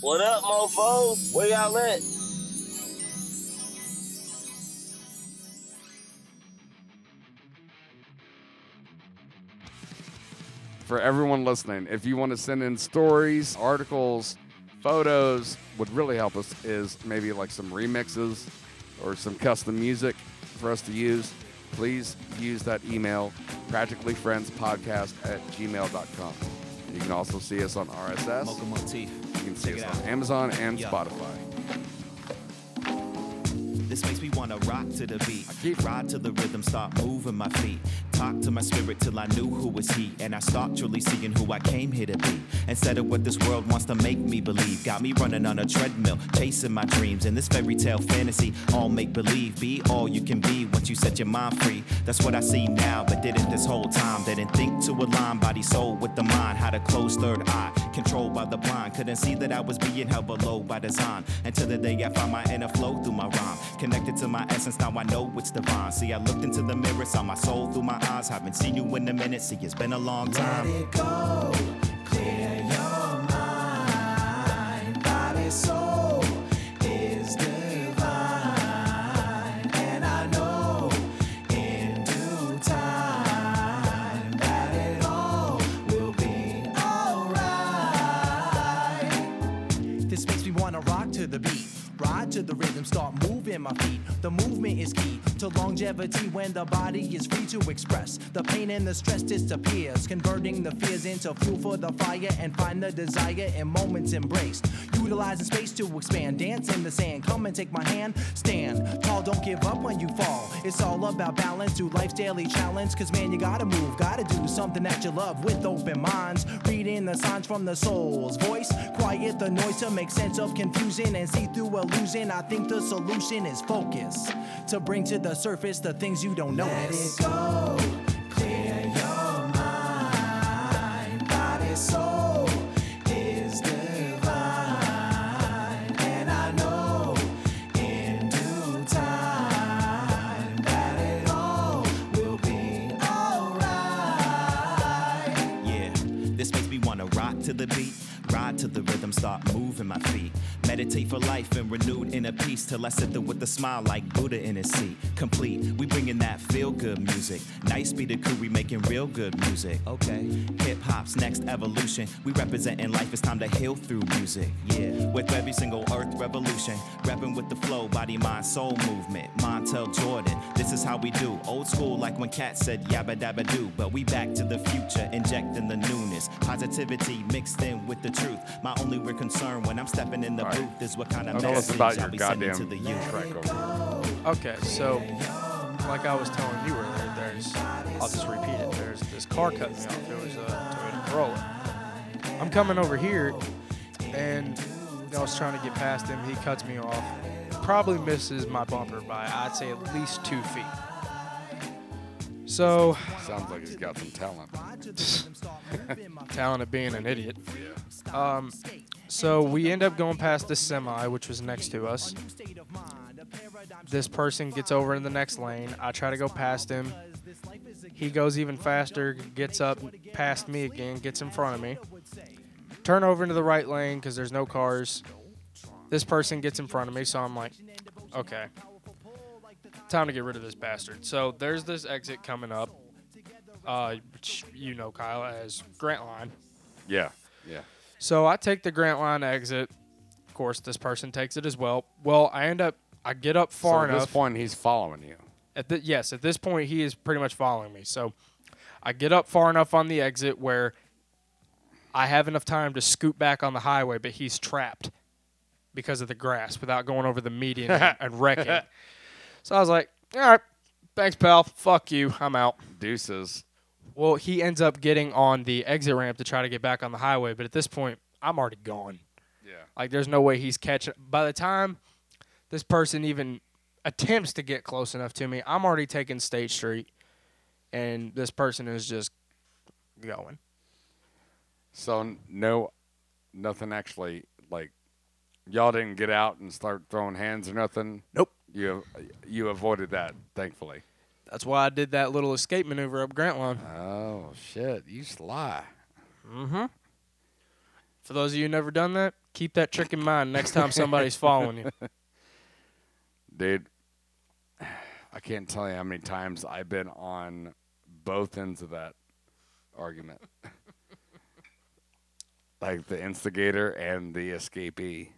What up, mofo? Where y'all at? for everyone listening. If you want to send in stories, articles, photos, would really help us is maybe like some remixes or some custom music for us to use. Please use that email, practicallyfriendspodcast at gmail.com. You can also see us on RSS. Mocha Motif. You can see Check us it on out. Amazon and Yeah. Spotify. This makes me wanna rock to the beat. I keep- Ride to the rhythm, start moving my feet. Talk to my spirit till I knew who was he. And I start truly seeing who I came here to be. Instead of what this world wants to make me believe. Got me running on a treadmill, chasing my dreams. And this fairy tale fantasy, all make believe. Be all you can be once you set your mind free. That's what I see now, but didn't this whole time. Didn't think to align body, soul with the mind. How to close third eye, controlled by the blind. Couldn't see that I was being held below by design. Until the day I found my inner flow through my rhyme. Connected to my essence, now I know it's divine. See, I looked into the mirror, saw my soul through my eyes. Haven't seen you in a minute, see, it's been a long time. Let it go, clear your mind. Body, soul is divine. And I know in due time that it all will be alright. This makes me wanna rock to the beat. Ride to the rhythm, start moving my feet. The movement is key to longevity when the body is free to express. The pain and the stress disappears, converting the fears into fuel for the fire and find the desire in moments embraced. Utilizing space to expand, dance in the sand. Come and take my hand, stand tall, don't give up when you fall. It's all about balance through life's daily challenge. Cause man, you gotta move, gotta do something that you love with open minds. Reading the signs from the soul's voice. Quiet the noise to make sense of confusion and see through illusion. I think the solution is focus. To bring to the surface the things you don't notice. Yeah, this makes me wanna rock to the beat, ride to the rhythm, start moving my feet. Meditate for life and renewed inner peace till I sit there with a smile like Buddha in his seat. Complete, we bringing that feel good music. Nice be the crew, we making real good music. Okay, hip hop's next evolution. We representing life, it's time to heal through music. Yeah, with every single earth revolution, rapping with the flow, body, mind, soul movement. Montel Jordan, this is how we do. Old school, like when Cat said yabba dabba do, but we back to the future, injecting the newness. Positivity mixed in with the truth. My only real concern when I'm stepping in the All right. booth is what kind of Now tell us message about I'll your be sending to goddamn the youth. track over Okay, so like I was telling you earlier, there's I'll just repeat it. There's this car cut me off. It was a Toyota Corolla. I'm coming over here, and I was trying to get past him. He cuts me off. Probably misses my bumper by I'd say at least two feet. So here. Sounds like he's got some talent. talent of being an idiot. Um, so we end up going past this semi, which was next to us. This person gets over in the next lane. I try to go past him. He goes even faster, gets up past me again, gets in front of me. Turn over into the right lane because there's no cars. This person gets in front of me, so I'm like, okay, time to get rid of this bastard. So there's this exit coming up, uh, which you know, Kyle, as Grant Line. Yeah, yeah. So I take the Grant Line exit. Of course, this person takes it as well. Well, I end up, I get up So far at this enough. point, he's following you. At the, yes, at this point, he is pretty much following me. So I get up far enough on the exit where I have enough time to scoot back on the highway, but he's trapped because of the grass without going over the median and, and wrecking. So I was like, all right, thanks, pal. Fuck you. I'm out. Deuces. Well, he ends up getting on the exit ramp to try to get back on the highway, but at this point, I'm already gone. Yeah. Like there's no way he's catching. By the time this person even attempts to get close enough to me, I'm already taking State Street, and this person is just going. So n- no, nothing actually like y'all didn't get out and start throwing hands or nothing. Nope. You you avoided that, thankfully. That's why I did that little escape maneuver up Grant Line. Oh shit! You sly. Mm-hmm. For those of you who never done that, keep that trick in mind next time somebody's following you. dude. I can't tell you how many times I've been on both ends of that argument, like the instigator and the escapee.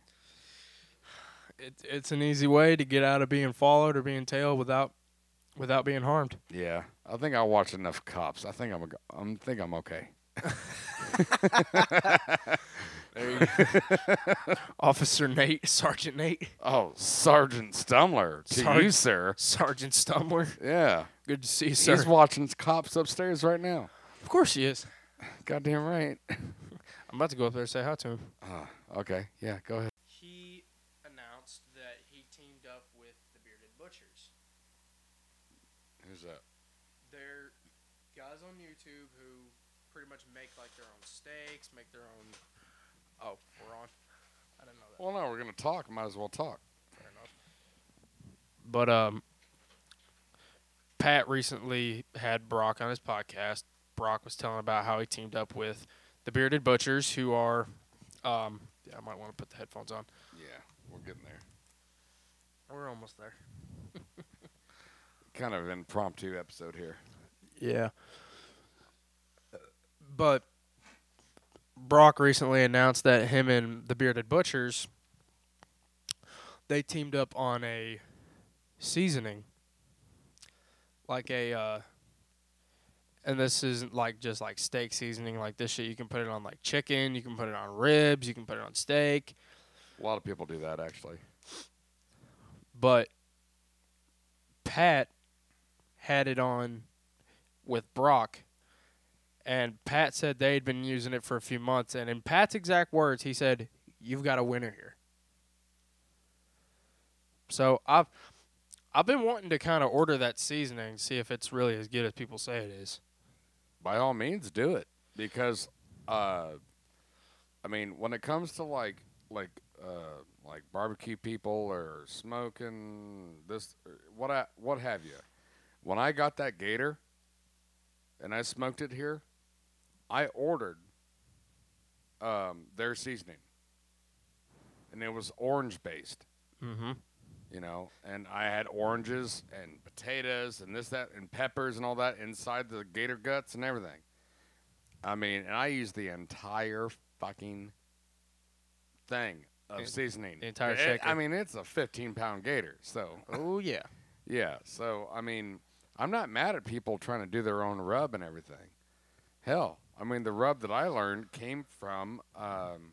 It, it's an easy way to get out of being followed or being tailed without without being harmed. Yeah, I think I watch enough cops. I think I'm. a g- I'm think I'm okay. Officer Nate, Sergeant Nate, Oh, Sergeant Stumler, to you, Sarge- sir. Sergeant Stumbler. Yeah, Good to see you, he's sir. watching cops upstairs right now. Of course he is. Goddamn right. I'm about to go up there and say hi to him. Uh, Okay, yeah, go ahead. He announced that he teamed up with the Bearded Butchers. Who's that? They're guys on YouTube who pretty much make like their own steaks, make their own. Oh, we're on. I didn't know that. Well, no, we're gonna talk. Might as well talk. Fair enough. But um, Pat recently had Brock on his podcast. Brock was telling about how he teamed up with the Bearded Butchers, who are, um, yeah, I might want to put the headphones on. Yeah, we're getting there. We're almost there. Kind of impromptu episode here. Yeah. But Brock recently announced that him and the Bearded Butchers they teamed up on a seasoning. Like a uh and this isn't like just like steak seasoning like this shit. You can put it on like chicken, you can put it on ribs, you can put it on steak. A lot of people do that actually. but Pat had it on with Brock, and Pat said they'd been using it for a few months. And in Pat's exact words, he said, "You've got a winner here." So I've I've been wanting to kind of order that seasoning, see if it's really as good as people say it is. By all means, do it because, uh, I mean, when it comes to like like uh, like barbecue people or smoking this, what I what have you. When I got that gator, and I smoked it here, I ordered um, their seasoning, and it was orange based. Mm-hmm. you know, and I had oranges and potatoes and this, that, and peppers and all that inside the gator guts and everything. I mean, and I used the entire fucking thing of The- seasoning. the entire It- I shaker. mean, it's a 15 pound gator. So, Oh yeah. yeah. So, I mean, I'm not mad at people trying to do their own rub and everything. Hell, I mean, the rub that I learned came from um,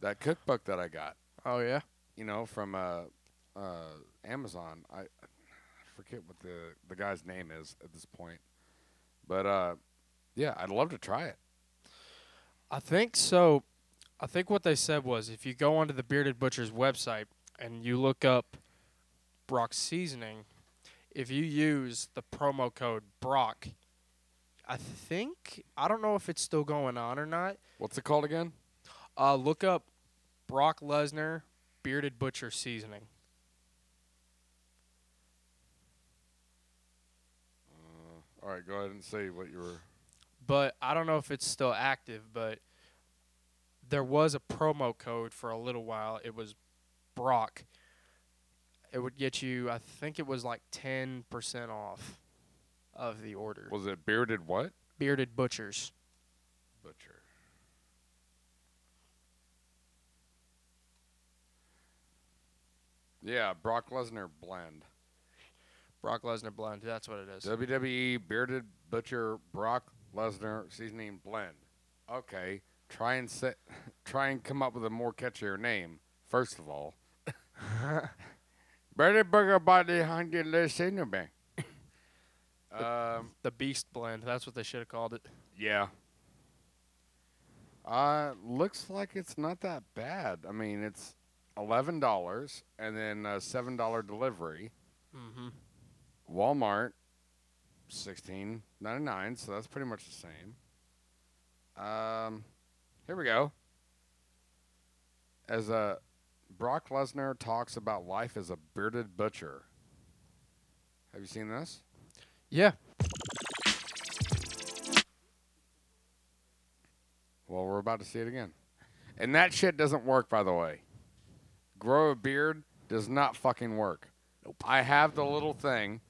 that cookbook that I got Oh yeah. you know, from uh, uh, Amazon. I, I forget what the, the guy's name is at this point, but uh, yeah, I'd love to try it. I think so. I think what they said was if you go onto the Bearded Butcher's website and you look up Brock seasoning, if you use the promo code Brock, I think I don't know if it's still going on or not. What's it called again? Uh, look up Brock Lesnar Bearded Butcher seasoning. All right, go ahead and say what you were. but I don't know if it's still active. But there was a promo code for a little while. It was Brock. It would get you. I think it was like ten percent off of the order. Was it bearded what? Bearded butchers. Butcher. Yeah, Brock Lesnar blend. Brock Lesnar blend. That's what it is. WWE E Bearded Butcher Brock Lesnar seasoning blend. Okay, try and set, try and come up with a more catchier name. First of all, Bearded Burger Body Hundred Less Bang. Um, The Beast blend. That's what they should have called it. yeah. Uh, looks like it's not that bad. I mean, it's eleven dollars and then a seven dollar delivery. Mm-hmm. Walmart, sixteen ninety nine. So that's pretty much the same. Um, here we go. As uh Brock Lesnar talks about life as a bearded butcher. Have you seen this? Yeah. Well, we're about to see it again. And that shit doesn't work, by the way. Grow a beard does not fucking work. Nope. I have the little thing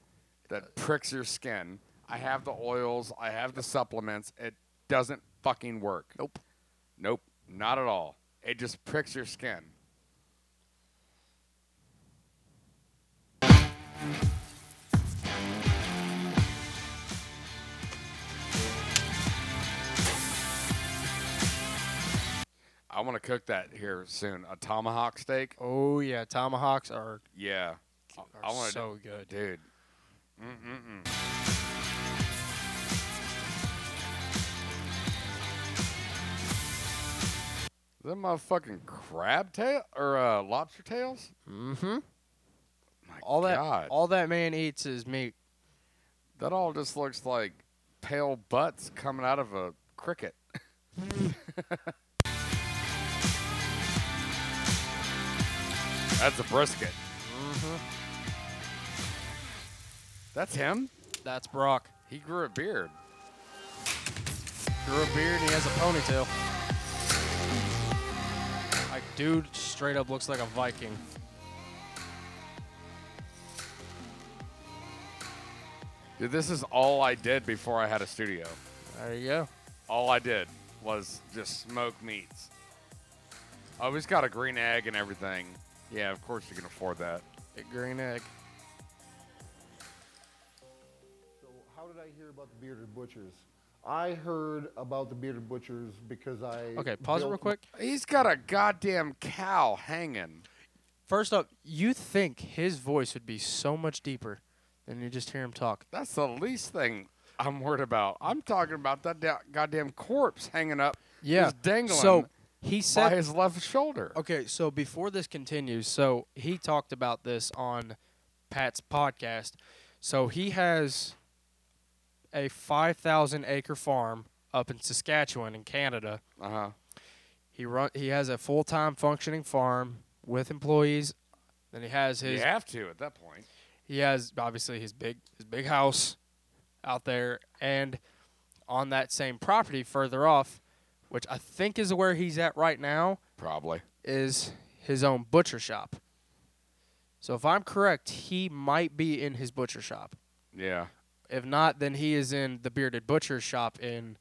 that pricks your skin. I have the oils. I have the supplements. It doesn't fucking work. Nope. Nope. Not at all. It just pricks your skin. I want to cook that here soon. A tomahawk steak. Oh yeah, tomahawks are, Yeah. I- are I want to so good. dude. Mm-mm-mm. Them motherfucking crab tail or uh, lobster tails? Mm-hmm. My All that God. all that man eats is meat. that all just looks like pale butts coming out of a cricket. That's a brisket. Mm-hmm. That's him. That's Brock. He grew a beard. Grew a beard and he has a ponytail. Like dude, straight up looks like a Viking. Dude, this is all I did before I had a studio. There you go. All I did was just smoke meats. I always got a green egg and everything. Yeah, of course you can afford that. A green egg. So how did I hear about the bearded butchers? I heard about the bearded butchers because I Okay, pause it built- real quick. He's got a goddamn cow hanging. First up, you think his voice would be so much deeper than you just hear him talk. That's the least thing I'm worried about. I'm talking about that da- goddamn corpse hanging up. just dangling So he by said his left shoulder. Okay, so before this continues, so he talked about this on Pat's podcast. So he has a 5,000 acre farm up in Saskatchewan in Canada. Uh huh. He run he has a full-time functioning farm with employees. Then he has You his have to at that point. he has obviously his big his big house out there and on that same property further off, which I think is where he's at right now Probably. is his own butcher shop. So if I'm correct, he might be in his butcher shop. Yeah. If not, then he is in the bearded butcher shop in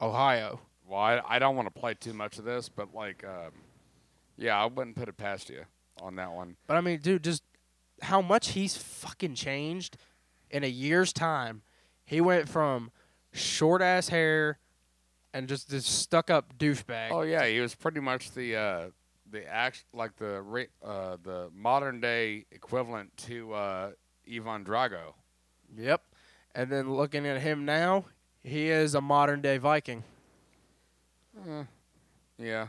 Ohio. Well, I, I don't want to play too much of this, but like, um, yeah, I wouldn't put it past you on that one. But I mean, dude, just how much he's fucking changed in a year's time. He went from short ass hair and just this stuck up douchebag. Oh yeah, he was pretty much the uh, the act like the re- uh, the modern day equivalent to uh, Ivan Drago. Yep. And then looking at him now, he is a modern day Viking. Yeah.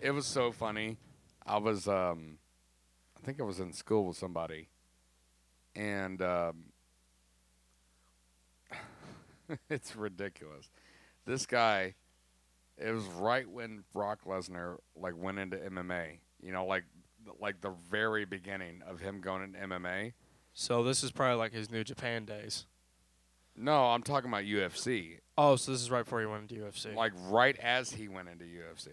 It was so funny. I was, um, I think I was in school with somebody, and um, it's ridiculous. This guy, it was right when Brock Lesnar like went into MMA. You know, like like the very beginning of him going into MMA. So this is probably like his New Japan days. No, I'm talking about UFC. Oh, so this is right before he went into UFC. like right as he went into UFC.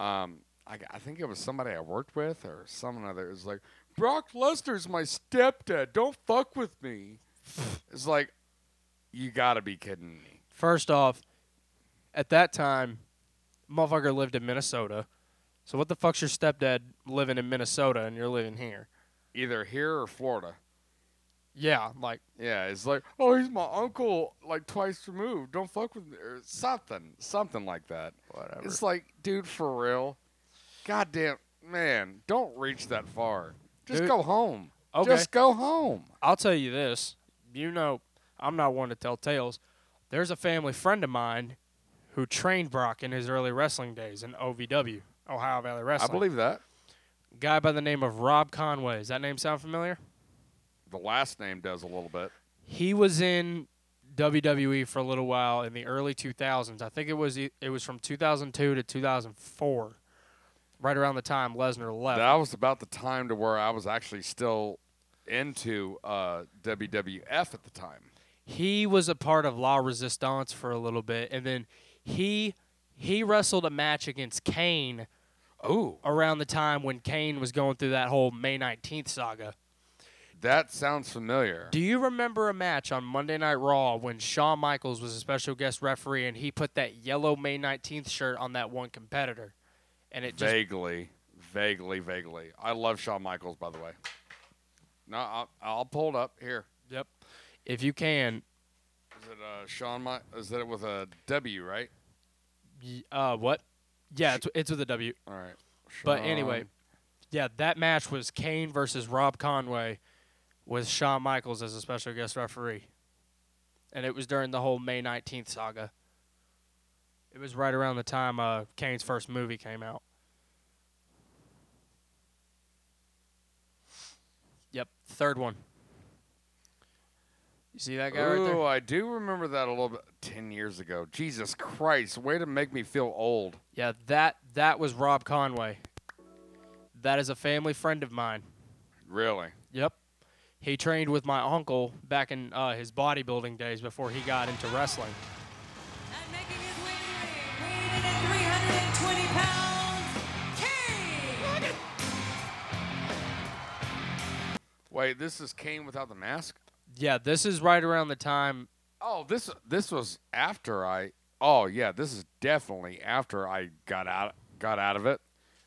Um, I, g- I think it was somebody I worked with or someone other. It was like Brock Lesnar's my stepdad. Don't fuck with me. it's like you gotta be kidding me. First off, at that time, motherfucker lived in Minnesota. So what the fuck's your stepdad living in Minnesota and you're living here? Either here or Florida. Yeah, like Yeah, it's like oh he's my uncle, like twice removed. Don't fuck with me or something, something like that. whatever. It's like, dude, for real, goddamn man, don't reach that far. Just Dude. go home. Okay. Just go home. I'll tell you this. You know, I'm not one to tell tales. There's a family friend of mine who trained Brock in his early wrestling days in OVW, Ohio Valley Wrestling. I believe that. guy by the name of Rob Conway. Does that name sound familiar? The last name does a little bit. he was in WWE for a little while in the early 2000s. I think it was e- it was from 2002 to 2004, right around the time Lesnar left. That was about the time to where I was actually still into uh, WWF at the time. he was a part of La Resistance for a little bit, and then He he wrestled a match against Kane Oh, around the time when Kane was going through that whole May 19th saga. that sounds familiar. Do you remember a match on Monday Night Raw when Shawn Michaels was a special guest referee and he put that yellow May 19th shirt on that one competitor? And it just vaguely, vaguely, vaguely. I love Shawn Michaels, by the way. No, I'll, I'll pull it up here. yep. If you can, Is it uh, Shawn? Mi- is that with a W, right? y- uh what? Yeah, it's it's with a W. All right. But anyway, Shawn- yeah, that match was Kane versus Rob Conway with Shawn Michaels as a special guest referee. And it was during the whole May 19th saga. It was right around the time uh, Kane's first movie came out. Yep, third one. You see that guy right there? Ooh, I do remember that a little bit. Ten years ago. Jesus Christ! Way to make me feel old. Yeah, that that was Rob Conway. That is a family friend of mine. Really? Yep. He trained with my uncle back in uh, his bodybuilding days before he got into wrestling. And making his way to the ring, weighing in at 320 pounds, Kane. Wait, this is Kane without the mask. Yeah, this is right around the time. Oh, this this was after I. Oh yeah, this is definitely after I got out got out of it.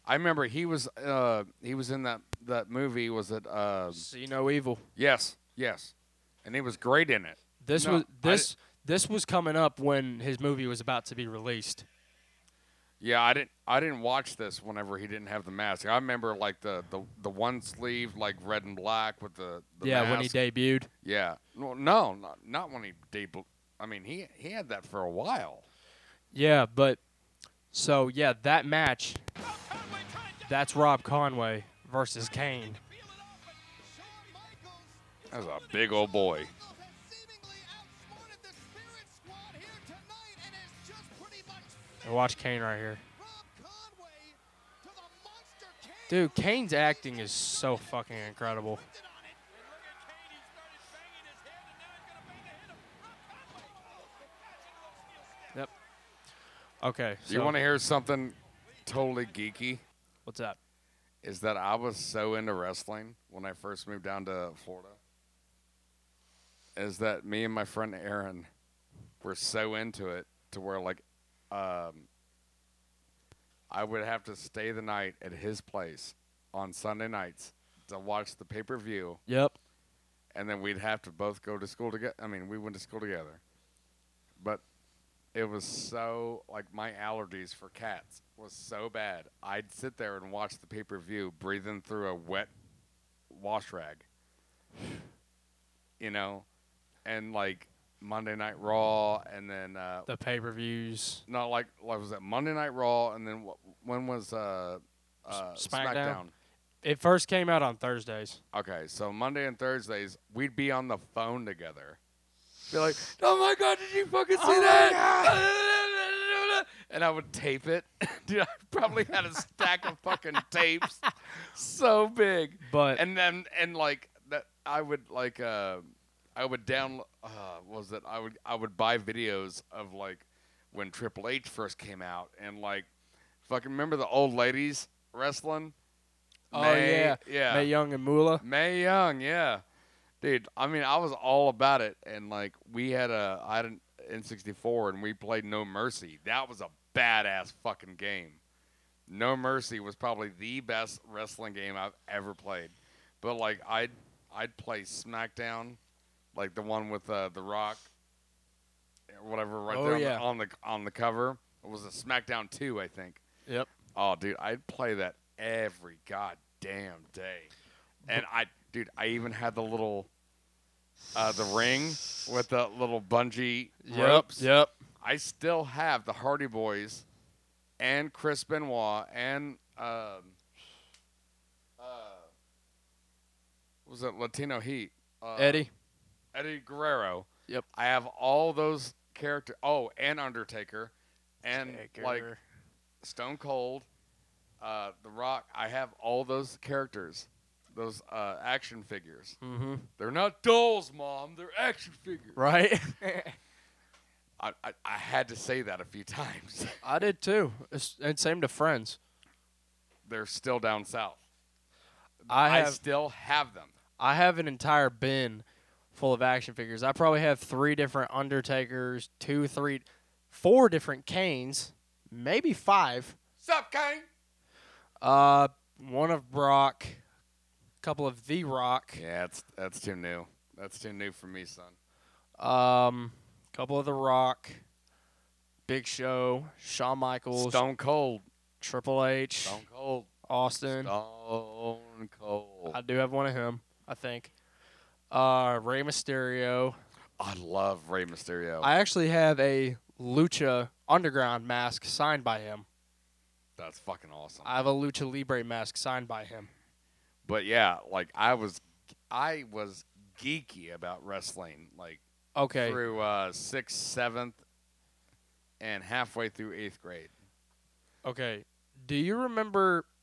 I remember he was uh he was in that that movie. Was it uh See no evil. yes yes, and he was great in it. This No, was I this this was coming up when his movie was about to be released. Yeah, I didn't I didn't watch this whenever he didn't have the mask. I remember like the the, the one sleeve like red and black with the, the yeah, when he mask. debuted. Yeah, no, no, not, not when he debuted. I mean, he he had that for a while. Yeah, but so yeah, that match. That's Rob Conway versus Kane. That was a big old boy. And watch Kane right here. Dude, Kane's acting is so fucking incredible. Yep. Okay. So Do you want to hear something totally geeky? What's up? Is that I was so into wrestling when I first moved down to Florida. Is that me and my friend Aaron were so into it to where like um, I would have to stay the night at his place on Sunday nights to watch the pay per view Yep. and then we'd have to both go to school together. I mean, we went to school together, but it was so like my allergies for cats was so bad. I'd sit there and watch the pay per view, breathing through a wet wash rag, you know, and like Monday Night Raw, and then uh, The pay per views. not like like was that Monday Night Raw, and then wh- when was uh, uh, SmackDown? SmackDown? It first came out on Thursdays. Okay, so Monday and Thursdays we'd be on the phone together. Be like, "Oh my god, did you fucking see that?" And I would tape it. Dude, I probably had a stack of fucking tapes so big. But- and then and like that I would like uh I would download uh what was it I would I would buy videos of like when Triple H first came out and like fucking remember the old ladies wrestling? May- Yeah. Oh, May Young and Moolah. May Young, yeah, dude. I mean, I was all about it, and like we had a I had an N64, and we played No Mercy. That was a badass fucking game. No Mercy was probably the best wrestling game I've ever played. But like I'd I'd play SmackDown, like the one with uh, The Rock, or whatever, right Oh, there on, yeah. the, on the on the cover. It was a SmackDown two, I think. Yep. Oh, dude, I'd play that every goddamn day. And I, dude, I even had the little, uh, the ring with the little bungee ropes. Yep. I still have the Hardy Boys, and Chris Benoit, and um, uh, what was it Latino Heat? Uh, Eddie. Eddie Guerrero. Yep. I have all those character. Oh, and Undertaker, and like Stone Cold, uh, The Rock. I have all those characters, those uh, action figures. Mm-hmm. They're not dolls, mom. They're action figures. Right. I, I, I had to say that a few times. I did too. It's, and same to friends. They're still down south. I have still have them. I have an entire bin full of action figures. I probably have three different Undertakers, two, three, four different Canes, maybe five. Sup, Kane? Uh, one of Brock, a couple of The Rock, Yeah, that's that's too new. That's too new for me, son. um, couple of The Rock, Big Show, Shawn Michaels, Stone Cold. Triple H, Stone Cold. Austin. Stone Cold. I do have one of him, I think. Uh, Rey Mysterio. I love Rey Mysterio. I actually have a Lucha Underground mask signed by him. that's fucking awesome. I have a Lucha Libre mask signed by him. but yeah, like I was, I was geeky about wrestling. Like Okay. through uh, sixth, seventh, and halfway through eighth grade. Okay. Do you remember?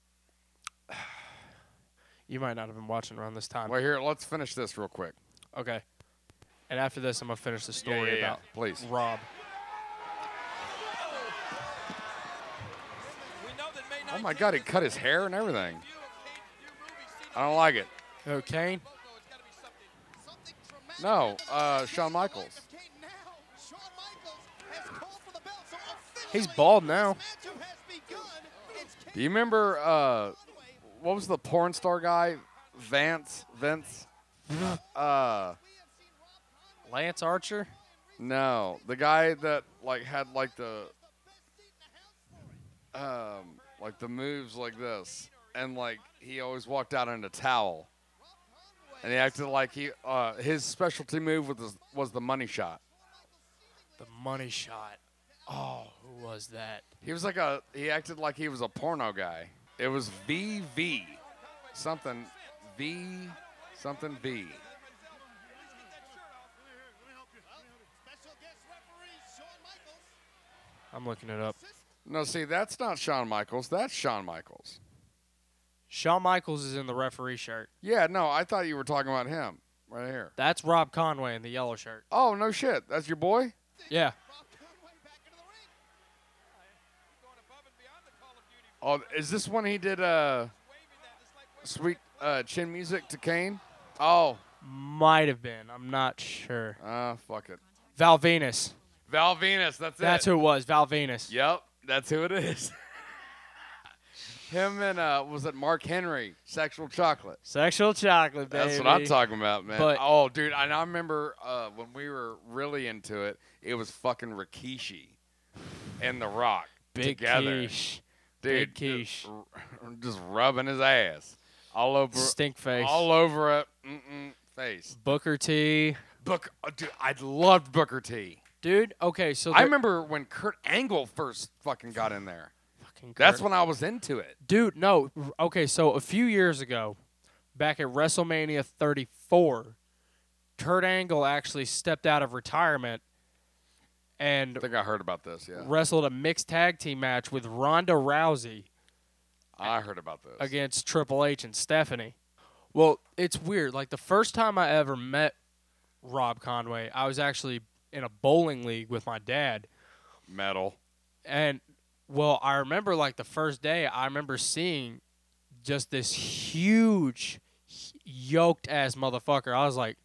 You might not have been watching around this time. Well, here, let's finish this real quick. Okay. And after this, I'm gonna finish the story yeah, yeah. about Please. Rob. Oh my God, he cut his hair and everything. I don't like it. Okay. No, uh, Shawn Michaels. He's bald now. Do you remember uh, what was the porn star guy? Vance, Vince. Uh, Lance Archer. no, the guy that like had like the, um, like the moves like this, and like he always walked out in a towel, and he acted like he uh, his specialty move was the, was the money shot. The money shot. Oh, who was that? He was like a he acted like he was a porno guy. It was VV, something V, something V. I'm looking it up. No, see, that's not Shawn Michaels. That's Shawn Michaels. Shawn Michaels is in the referee shirt. Yeah, no, I thought you were talking about him right here. That's Rob Conway in the yellow shirt. Oh, no shit. That's your boy? Yeah. Oh, is this when he did uh sweet uh chin music to Kane? Oh, Might have been. I'm not sure. uh fuck it. Val Venus. Val Venus, that's it. That's who it was. Val Venus. Yep, that's who it is. him and uh was it Mark Henry, Sexual Chocolate. Sexual chocolate, baby. That's what I'm talking about, man. But- oh, dude, and I remember uh, when we were really into it, it was fucking Rikishi and The Rock Big together. quiche. Dude, Big quiche. Just, r- just rubbing his ass all over Stink face. all over it mm-mm, face. Booker T. Book, oh, dude, I loved Booker T. Dude, okay, so I there- remember when Kurt Angle first fucking got in there. Fucking That's Kurt. when I was into it. Dude, no. r- Okay, so a few years ago, back at WrestleMania 34, Kurt Angle actually stepped out of retirement and I think I heard about this. Yeah, wrestled a mixed tag team match with Ronda Rousey. I heard about this. against Triple H and Stephanie. Well, it's weird. Like the first time I ever met Rob Conway, I was actually in a bowling league with my dad. metal. And well, I remember like the first day, I remember seeing just this huge h- yoked ass motherfucker. I was like,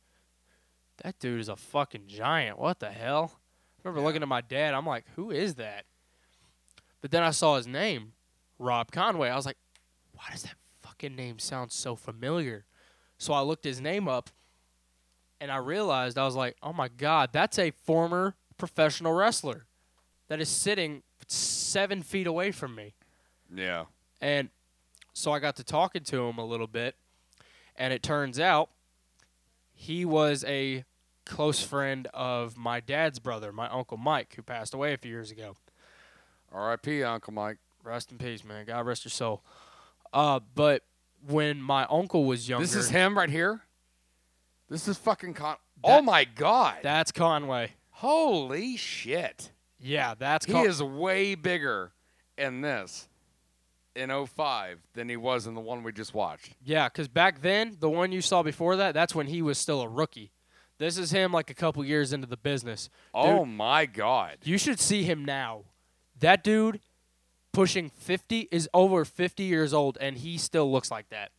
that dude is a fucking giant. What the hell? I remember looking at my dad. I'm like, who is that? But then I saw his name, Rob Conway. I was like, why does that fucking name sound so familiar? So I looked his name up and I realized I was like, oh my God, that's a former professional wrestler that is sitting seven feet away from me. Yeah. And so I got to talking to him a little bit, and it turns out he was a close friend of my dad's brother, my uncle Mike, who passed away a few years ago. R.I.P. Uncle Mike. Rest in peace, man. God rest your soul. Uh, but when my uncle was younger, This is him right here. This is fucking con. oh my god! That's Conway. Holy shit! Yeah, that's He Con- is way bigger in this in 05 than he was in the one we just watched. Yeah, because back then, the one you saw before that, that's when he was still a rookie. This is him like a couple years into the business. Oh Dude, my God. you should see him now. That dude pushing 50 is over 50 years old and he still looks like that.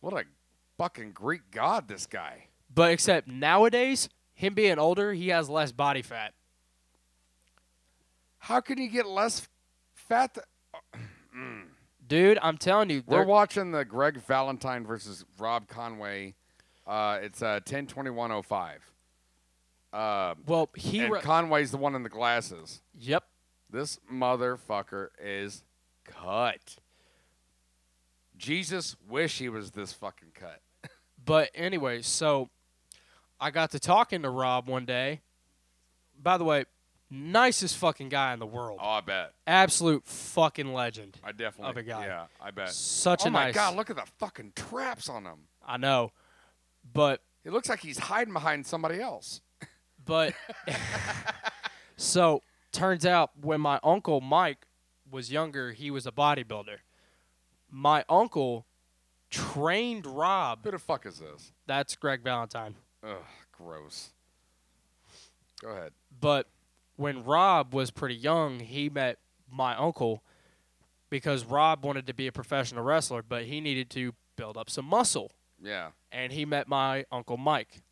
What a fucking Greek god this guy. But except nowadays, him being older, he has less body fat. How can you get less fat? th- Dude, I'm telling you, We're they're- watching the Greg Valentine versus Rob Conway. Uh, it's uh, 10 21 05. Um, well, he and ra- Conway's the one in the glasses. yep. This motherfucker is cut. Jesus wish he was this fucking cut. But anyway, so I got to talking to Rob one day. By the way, nicest fucking guy in the world. Oh, I bet. Absolute fucking legend. I definitely. Of a guy. Yeah, I bet. Oh Such oh a my nice. God, look at the fucking traps on him. I know. But It looks like he's hiding behind somebody else. But so turns out when my uncle Mike was younger, he was a bodybuilder. My uncle trained Rob. Who the fuck is this? That's Greg Valentine. Ugh, gross. Go ahead. But when Rob was pretty young, he met my uncle because Rob wanted to be a professional wrestler, but he needed to build up some muscle. Yeah. and he met my uncle Mike.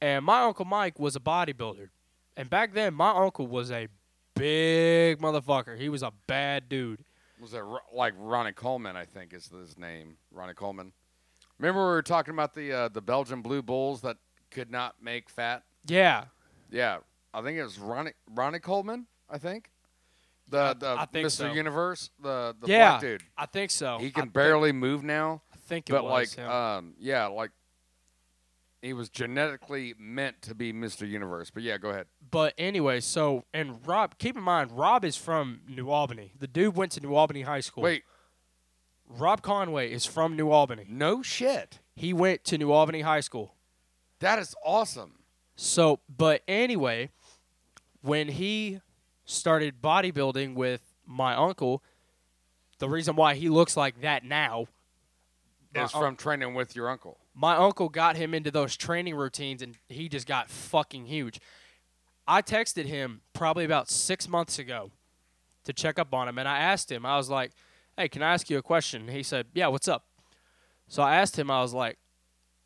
And my uncle Mike was a bodybuilder. And back then, my uncle was a big motherfucker. He was a bad dude. Was it Ro- like Ronnie Coleman? I think is his name. Ronnie Coleman. Remember we were talking about the uh, the Belgian blue bulls that could not make fat. Yeah. Yeah, I think it was Ronnie Ronnie Coleman. I think the the I think Mr. so. Universe, the the yeah. black dude. I think so. He I can thi- barely move now, I think it but was like him. um yeah like he was genetically meant to be Mr. Universe. But yeah, go ahead. but anyway, so and Rob, keep in mind, Rob is from New Albany. The dude went to New Albany High School. Wait, Rob Conway is from New Albany. no shit. He went to New Albany High School. That is awesome. So, but anyway, when he started bodybuilding with my uncle, the reason why he looks like that now, My It's from training with your uncle. my uncle got him into those training routines and he just got fucking huge. I texted him probably about six months ago to check up on him and I asked him, I was like, hey, can I ask you a question? He said, yeah, what's up? So I asked him, I was like,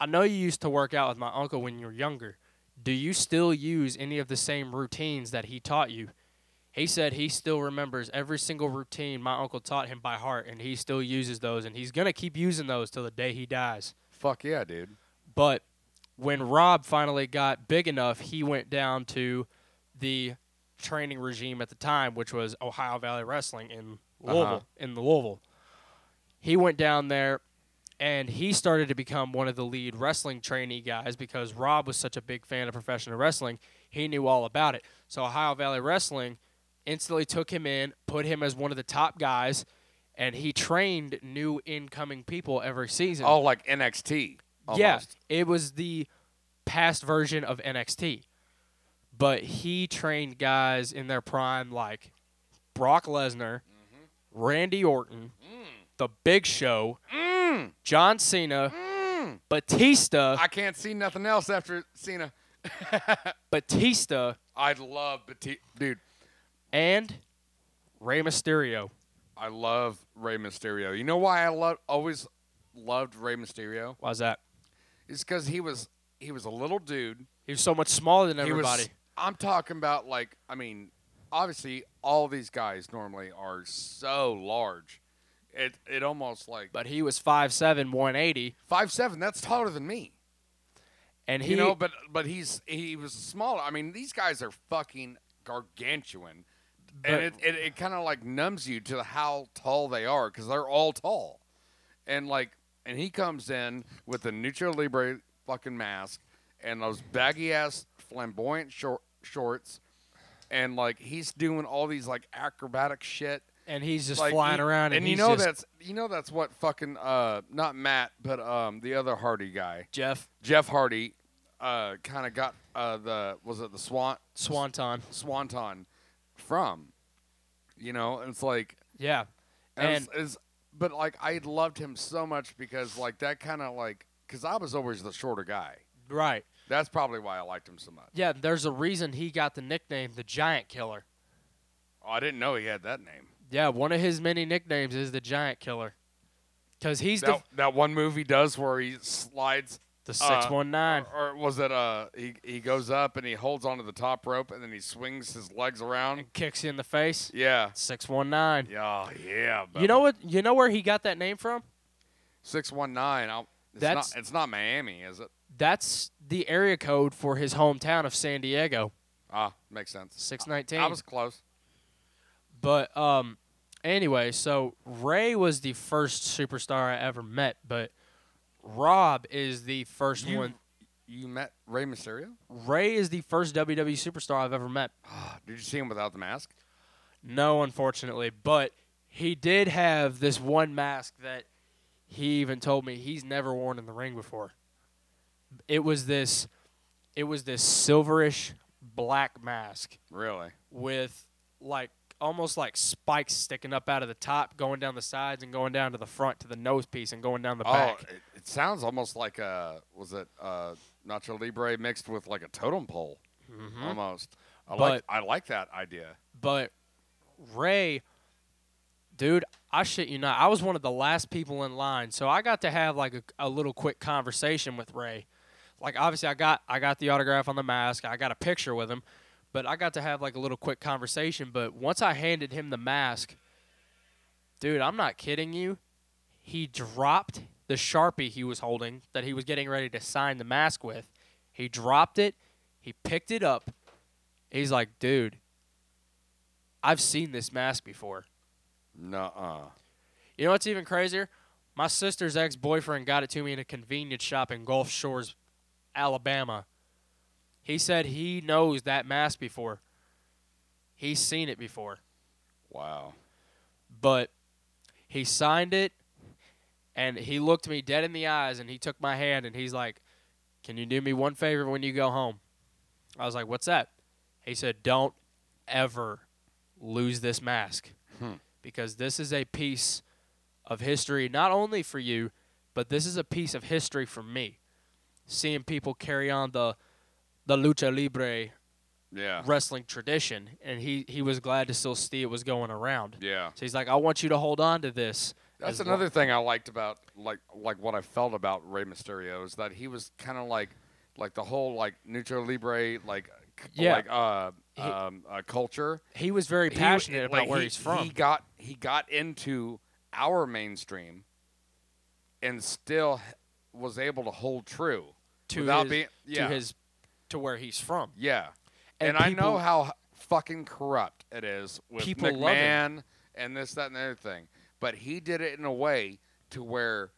I know you used to work out with my uncle when you were younger. Do you still use any of the same routines that he taught you? He said he still remembers every single routine my uncle taught him by heart and he still uses those and he's going to keep using those till the day he dies. Fuck yeah, dude. But when Rob finally got big enough, he went down to the training regime at the time, which was Ohio Valley Wrestling in Louisville. Uh-huh. In Louisville, he went down there, and he started to become one of the lead wrestling trainee guys because Rob was such a big fan of professional wrestling. He knew all about it. So Ohio Valley Wrestling instantly took him in, put him as one of the top guys, and he trained new incoming people every season. Oh, like NXT. Almost. Yeah, it was the past version of NXT. But he trained guys in their prime like Brock Lesnar, Mm-hmm. Randy Orton, Mm. The Big Show, John Cena, Batista, Mm. I can't see nothing else after Cena. Batista, I love Batista. Dude, and Rey Mysterio. I love Rey Mysterio. You know why I love always loved Rey Mysterio? Why's that? It's because he was he was a little dude. He was so much smaller than He was- everybody. I'm talking about like I mean, obviously all these guys normally are so large. It it almost like but he was 5'7", 180, five seven. That's taller than me. and he you know, but but he's he was smaller. I mean, these guys are fucking gargantuan, But- and it it, it kind of like numbs you to how tall they are because they're all tall, and like and he comes in with a Nutra Libre fucking mask and those baggy ass flamboyant short shorts, and like he's doing all these like acrobatic shit. and he's just like, flying you- around, and, you he's know just- that's you know that's what fucking uh not Matt but um the other Hardy guy Jeff Jeff Hardy uh, kind of got uh, the was it the Swan Swanton. Swanton from, you know, and it's like Yeah, and, and it's, it's- but like I loved him so much because like that kind of like because I was always the shorter guy, Right. That's probably why I liked him so much. Yeah, there's a reason he got the nickname the Giant Killer. Oh, I didn't know he had that name. Yeah, one of his many nicknames is the Giant Killer. Because he's that, that one movie does where he slides the, the uh, 619. or, or was it uh he he goes up and he holds onto the top rope and then he swings his legs around. kicks you in the face. Yeah. 619. Yeah, yeah. You know what? You know where he got that name from? Six one nine. It's That's- not, it's not Miami, is it? That's the area code for his hometown of San Diego, Ah, makes sense. 619. I was close. But um, anyway, so Ray was the first superstar I ever met, but Rob is the first You- one. You met Ray Mysterio? Ray is the first WWE superstar I've ever met. Ah, Did you see him without the mask? No, unfortunately, but he did have this one mask that he even told me he's never worn in the ring before. It was this, it was this silverish black mask Really? with like almost like spikes sticking up out of the top, going down the sides and going down to the front to the nose piece and going down the back. Oh, it, it sounds almost like a was it uh, Nacho Libre mixed with like a totem pole, Mm-hmm. almost. I like I like that idea. But Ray, dude, I shit you not. I was one of the last people in line, so I got to have like a, a little quick conversation with Ray. Like obviously, I got I got the autograph on the mask. I got a picture with him, but I got to have like a little quick conversation. But once I handed him the mask, dude, I'm not kidding you. He dropped the sharpie he was holding that he was getting ready to sign the mask with. He dropped it. He picked it up. He's like, dude, I've seen this mask before. Nuh-uh. You know what's even crazier? My sister's ex boyfriend got it to me in a convenience shop in Gulf Shores, Alabama. He said he knows that mask before. He's seen it before. Wow. But he signed it and he looked me dead in the eyes and he took my hand and he's like, Can you do me one favor when you go home? I was like, What's that? He said, Don't ever lose this mask because this is a piece of history, not only for you, but this is a piece of history for me. Seeing people carry on the the lucha libre Yeah. wrestling tradition, and he, he was glad to still see it was going around. Yeah. So he's like, I want you to hold on to this. That's as another lo- thing I liked about like like what I felt about Rey Mysterio is that he was kind of like like the whole like Neutral Libre like c- Yeah. like uh, um, uh culture. He was very He- passionate about like, where he- he's from. He got he got into our mainstream and still h- was able to hold true to without his, being yeah to his to where he's from. yeah. and And, I know people- how h- fucking corrupt it is with People love him. McMahon and this that and the other thing, but he did it in a way to where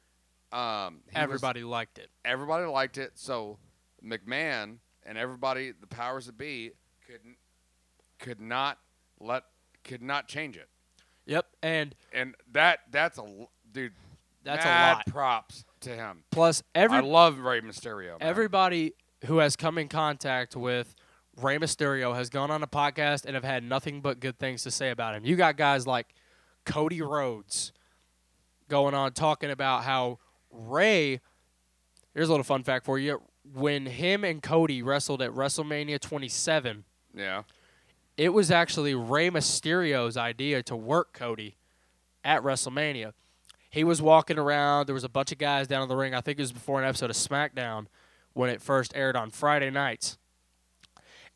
um, he was- Everybody liked it. everybody liked it. So McMahon and everybody, the powers that be, couldn't could not let could not change it. Yep. And And that that's a l- dude. That's a mad lot. Props to him. plus every I love Rey Mysterio. man. everybody who has come in contact with Rey Mysterio has gone on a podcast and have had nothing but good things to say about him. You got guys like Cody Rhodes going on talking about how Ray. Here's a little fun fact for you. When him and Cody wrestled at WrestleMania 27, yeah. it was actually Rey Mysterio's idea to work Cody at WrestleMania. He was walking around. There was a bunch of guys down in the ring. I think it was before an episode of SmackDown when it first aired on Friday nights.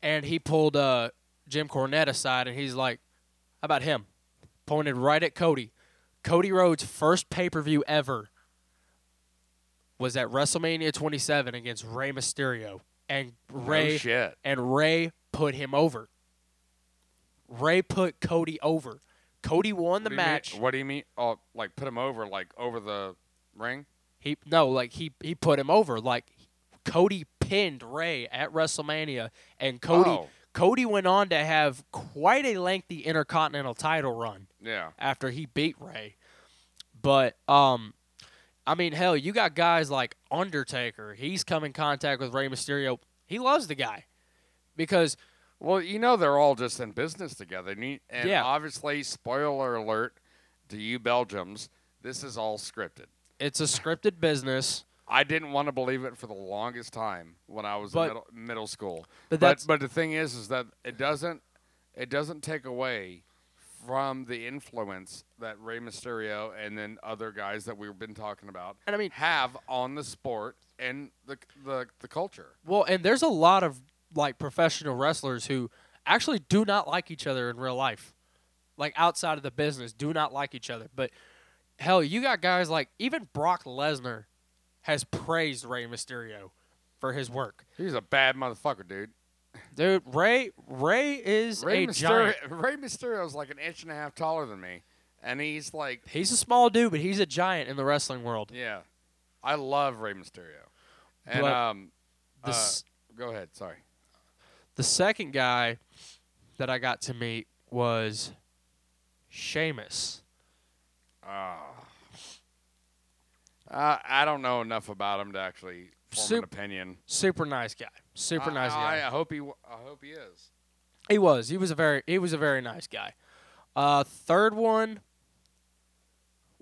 And he pulled uh, Jim Cornette aside and he's like, How about him? Pointed right at Cody. Cody Rhodes' first pay per view ever was at WrestleMania 27 against Rey Mysterio. And Rey, shit. and Ray put him over. Ray put Cody over. Cody won the What do you mean- match. What do you mean? Oh, like put him over, like over the ring? He no, like he he put him over. Like Cody pinned Ray at WrestleMania, and Cody Oh. Cody went on to have quite a lengthy Intercontinental title run Yeah. after he beat Ray. But um, I mean, hell, you got guys like Undertaker. He's come in contact with Ray Mysterio. He loves the guy because Well, you know they're all just in business together, and, you, and Yeah. obviously, spoiler alert to you Belgians, this is all scripted. it's a scripted business. I didn't want to believe it for the longest time when I was But- in middle, middle school. but But, that's- but the thing is, is that it doesn't it doesn't take away from the influence that Rey Mysterio and then other guys that we've been talking about And I mean- have on the sport and the the, the culture. Well, and there's a lot of like professional wrestlers who actually do not like each other in real life. Like outside of the business, do not like each other. But hell, you got guys like even Brock Lesnar has praised Rey Mysterio for his work. He's a bad motherfucker, dude. Dude, Ray Ray is Rey a giant. Mysterio, Rey Mysterio's like an inch and a half taller than me, and he's like, He's a small dude, but he's a giant in the wrestling world. yeah, I love Rey Mysterio, and But um, The, s- uh, go ahead, sorry. the second guy that I got to meet was Sheamus. Uh, Ah. I don't know enough about him to actually form Sup- an opinion. Super nice guy. Super I- nice guy. I, I hope he. w- I hope he is. He was. He was a very he was a very nice guy. Uh, third one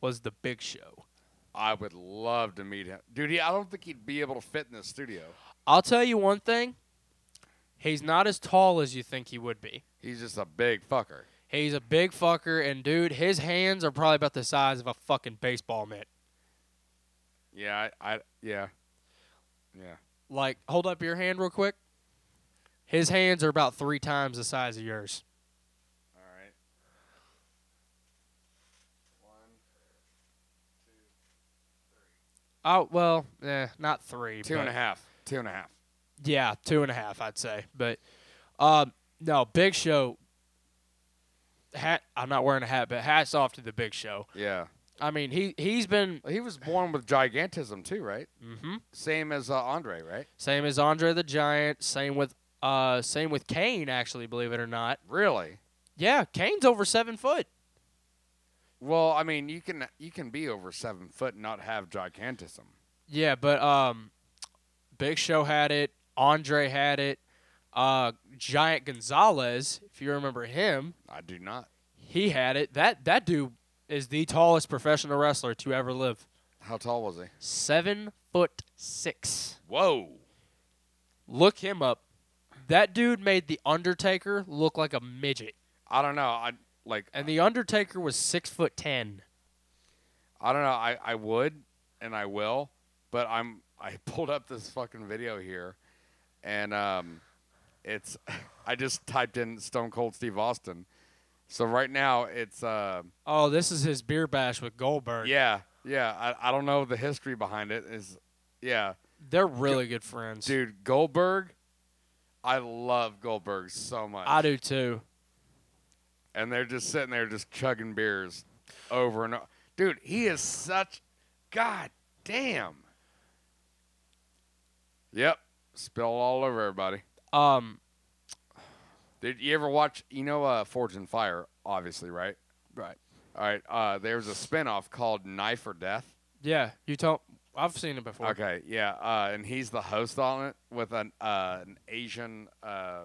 was the Big Show. I would love to meet him, dude. He, I don't think he'd be able to fit in the studio. I'll tell you one thing. He's not as tall as you think he would be. He's just a big fucker. He's a big fucker, and dude, his hands are probably about the size of a fucking baseball mitt. Yeah, I, I yeah, yeah. Like, hold up your hand real quick. His hands are about three times the size of yours. All right. Oh well, eh, not three. Two and but- a half. Two and a half. Yeah, two and a half, I'd say. But um, no, Big Show. Hat. I'm not wearing a hat, but hats off to the Big Show. Yeah. I mean, he he's been He was born with gigantism too, right? mhm, Same as uh, Andre, right? same as Andre the Giant. Same with uh, same with Kane. Actually, believe it or not, Really? yeah, Kane's over seven foot. Well, I mean, you can you can be over seven foot and not have gigantism. Yeah, but um, Big Show had it. Andre had it. Uh, Giant Gonzalez, if you remember him, I do not. he had it. That that dude is the tallest professional wrestler to ever live. How tall was he? seven foot six. Whoa. Look him up. That dude made the Undertaker look like a midget, I don't know. I like. and the Undertaker was six foot ten. I don't know. I, I would and I will, but I'm I pulled up this fucking video here, and um, it's I just typed in Stone Cold Steve Austin, so right now it's uh Oh, this is his beer bash with Goldberg. yeah yeah I, I don't know the history behind it is yeah they're really good friends, dude Goldberg, I love Goldberg so much. I do too. and they're just sitting there just chugging beers over and over. Dude, he is such god damn. Yep, spilled all over everybody. Um, Did you ever watch you know uh Forge and Fire obviously, right? right. All right, uh there was a spinoff called Knife or Death. Yeah, you told. I've seen it before. Okay, yeah, uh, and he's the host on it with an uh, an Asian uh,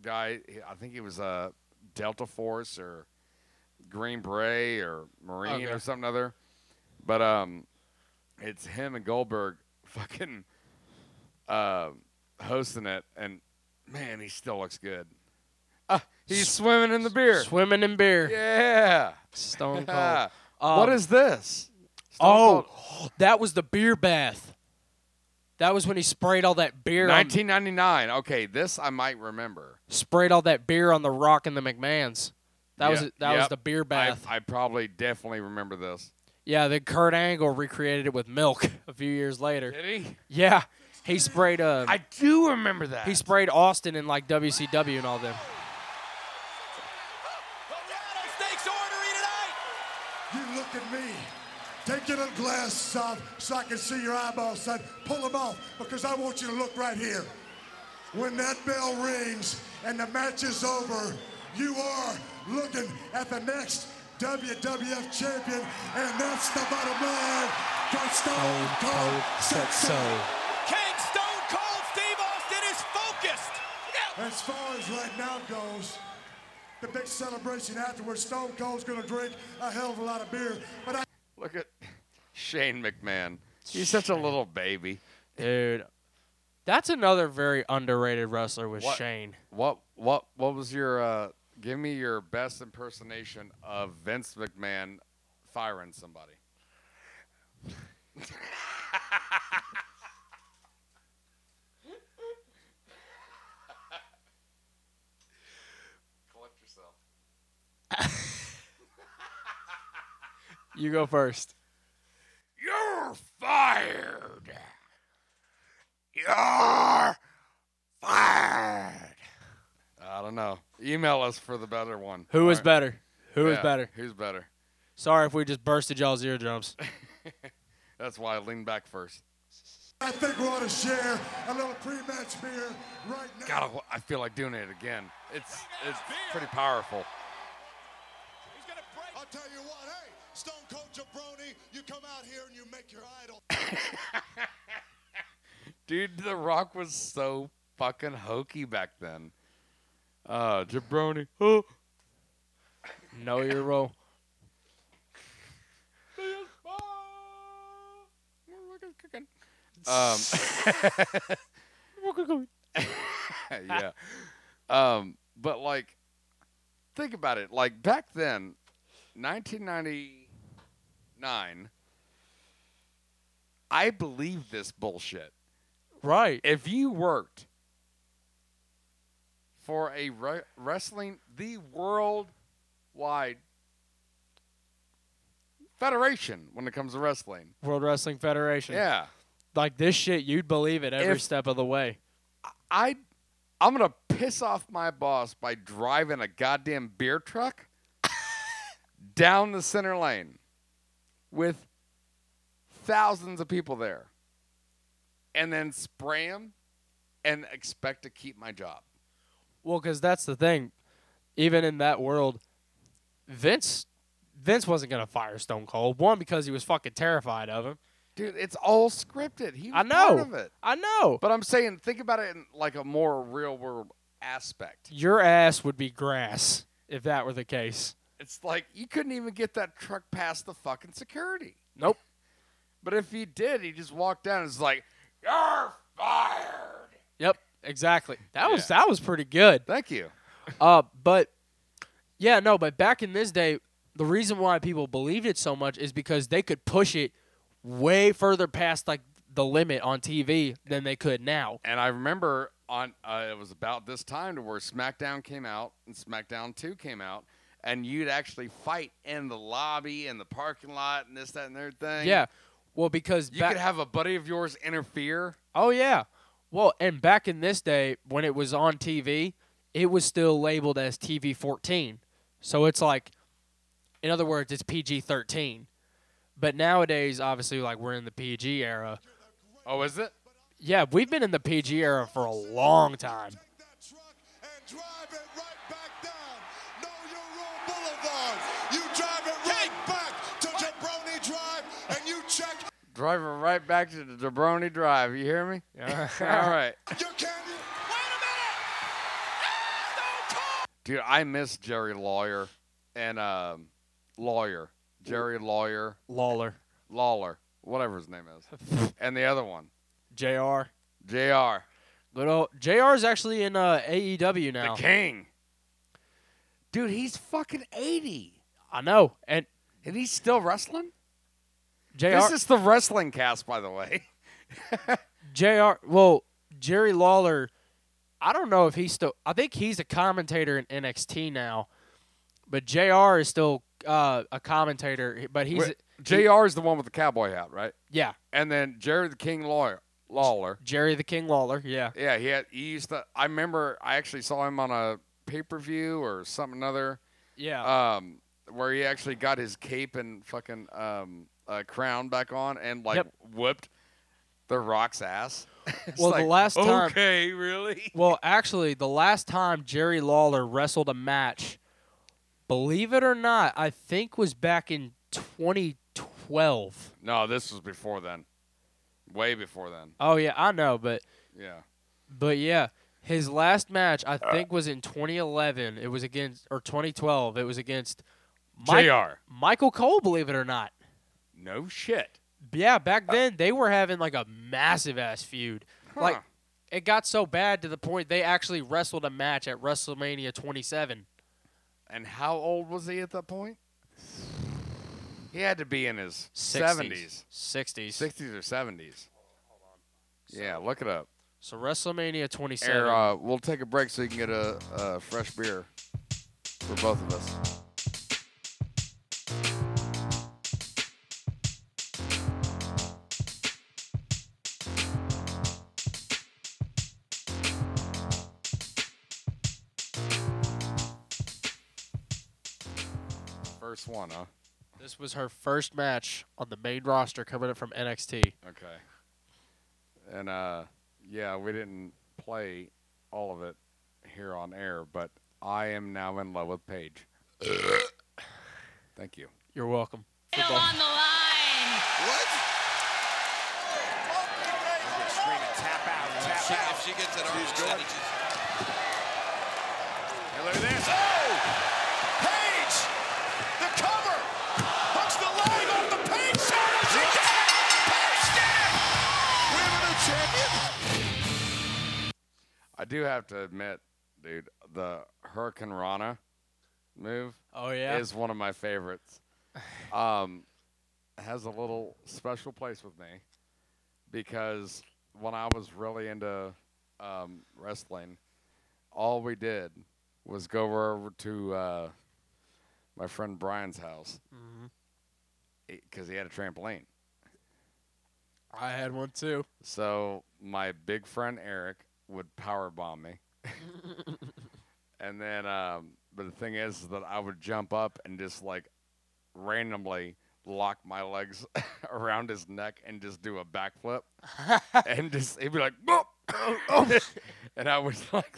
guy. He- I think he was uh, Delta Force or Green Beret or Marine Okay. or something other. But um, it's him and Goldberg fucking uh, hosting it, and man, he still looks good. Uh, he's swimming in the beer. Swimming in beer. yeah. Stone Cold. Ah, what Um, is this? Stone oh, Cold- that was the beer bath. That was when he sprayed all that beer. on- 1999. Okay, this I might remember. sprayed all that beer on the Rock and the McMahons. That was Yeah, it- that was yep. the beer bath. I, I probably definitely remember this. yeah, then Kurt Angle recreated it with milk a few years later. Did he? Yeah, he sprayed uh, I do remember that. he sprayed Austin in like WCW and all them. You look at me. Take your little glasses off so I can see your eyeballs, son. Pull them off because I want you to look right here. When that bell rings and the match is over, you are looking at the next WWF champion, and that's the bottom line. 'Cause Stone Cold said so. King Stone Cold Steve Austin is focused. As far as right now goes, the big celebration afterwards, Stone Cold's gonna drink a hell of a lot of beer, but I Look at Shane McMahon. He's such a little baby. dude. That's another very underrated wrestler with What- Shane. What what what was your uh give me your best impersonation of Vince McMahon firing somebody? Collect yourself. You go first. You're fired. You're fired. I don't know. Email us for the better one. Who is Alright. better? Who is Yeah, better? Who's better? Sorry if we just bursted y'all's eardrums. That's why I lean back first. I think we ought to share a little pre-match beer right now. God, I- I feel like doing it again. It's it's pretty powerful. He's gonna break. I'll tell you what, hey, Stone Cold Jabroni, you come out here and you make your idol. Dude, The Rock was so fucking hokey back then. Uh, jabroni. Oh. Know your role. Um, yeah. Um, but like, think about it. Like back then, 1999, I believed this bullshit. Right. If you worked for a re- wrestling, the worldwide federation when it comes to wrestling, World Wrestling Federation. yeah. Like this shit, you'd believe it every If- step of the way. I I'm gonna piss off my boss by driving a goddamn beer truck down the center lane with thousands of people there, and then spray them and expect to keep my job. Well, because that's the thing. Even in that world, Vince, Vince wasn't gonna fire Stone Cold. One because he was fucking terrified of him. Dude, it's all scripted. He was I know. part of it. I know. But I'm saying, think about it in like a more real world aspect. Your ass would be grass if that were the case. It's like you couldn't even get that truck past the fucking security. Nope. But if he did, he just walked down and was like, You're fired. Yep. Exactly. That was Yeah. that was pretty good. Thank you. Uh, but yeah, no, but back in this day, the reason why people believed it so much is because they could push it way further past like the limit on TV than they could now. And I remember on uh, it was about this time to where SmackDown came out and SmackDown 2 came out, and you'd actually fight in the lobby and the parking lot and this, that, and their thing. Yeah. Well, because You back- could have a buddy of yours interfere. Oh yeah. Well, and back in this day when it was on TV, it was still labeled as TV 14. So it's like in other words, it's PG 13. But nowadays, obviously like we're in the PG era. Oh, is it? Yeah, we've been in the PG era for a long time. Take that truck and drive it right back down. Know your rule boulevard. You drive it right back to Jabroni Drive and you check Driving right back to the Jabroni Drive. You hear me? Yeah. All right. your candy. Wait a minute! Dude, I miss Jerry Lawyer and um, Lawyer. Jerry Lawyer. Lawler, Lawler, whatever his name is, and the other one, JR. Jr. Good old JR's actually in uh, AEW now. King. Dude, he's fucking eighty, I know. And and he's still wrestling. JR This is the wrestling cast, by the way. JR, well, Jerry Lawler, I don't know if he's still, I think he's a commentator in NXT now, but JR is still uh, a commentator, but he's, Wait, Jr. is the one with the cowboy hat, right? yeah, And then Jerry the King Lawyer, Lawler. Jerry the King Lawler, yeah. Yeah, he had. He used to. I remember. I actually saw him on a pay per view or something other, Yeah. um, where he actually got his cape and fucking um, uh, crown back on and like Yep. whooped the Rock's ass. It's Well, the like, last time- Okay, really. well, actually, the last time Jerry Lawler wrestled a match, believe it or not, I think was back in 2012. No, this was before then. Way before then. Oh, yeah, I know, but Yeah. But yeah, his last match I Uh, think was in 2011. It was against or 2012. It was against Mi- JR. Michael Cole, believe it or not. No shit. yeah, back then they were having like a massive ass feud. Like Uh. Huh. it got so bad to the point they actually wrestled a match at WrestleMania 27. And how old was he at that point? He had to be in his 60s. 70s, 60s. 60s or 70s. Yeah, look it up. So WrestleMania 27. Air, uh, we'll take a break so you can get a, a fresh beer for both of us. First one, huh? This was her first match on the main roster coming up from NXT. Okay. And uh, yeah, we didn't play all of it here on air, but I am now in love with Paige. Thank you. You're welcome. Still on the line. Tap out, tap She, if she gets an arm extension, she's- And look at this. Oh! Page, the cover, hooks the leg off the Page shoulder. She did it. Paige did it. Women are champion. I do have to admit, dude, the Hurricane Rana move Oh yeah. is one of my favorites. Um, has a little special place with me because when I was really into um, wrestling, all we did was go over to uh, my friend Brian's house because he had a trampoline. I had one too. So my big friend Eric would power bomb me, and then um, but the thing is that I would jump up and just like randomly lock my legs around his neck and just do a backflip, and just he'd be like, "Whoop!" and I would like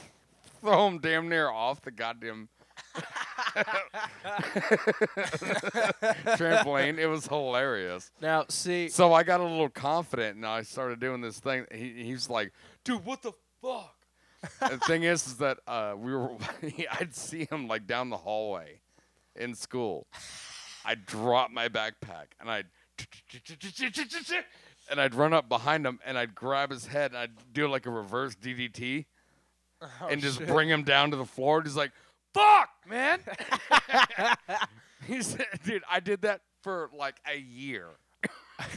throw him damn near off the goddamn. trampoline it was hilarious Now see, so I got a little confident and I started doing this thing. He, he was like, dude, what the fuck? the thing is, is that uh, we were, I'd see him like down the hallway in school. I'd drop my backpack and I'd, and I'd run up behind him and I'd grab his head and I'd do like a reverse DDT and just bring him down to the floor. Just like, fuck, man. he said, dude, I did that for like a year.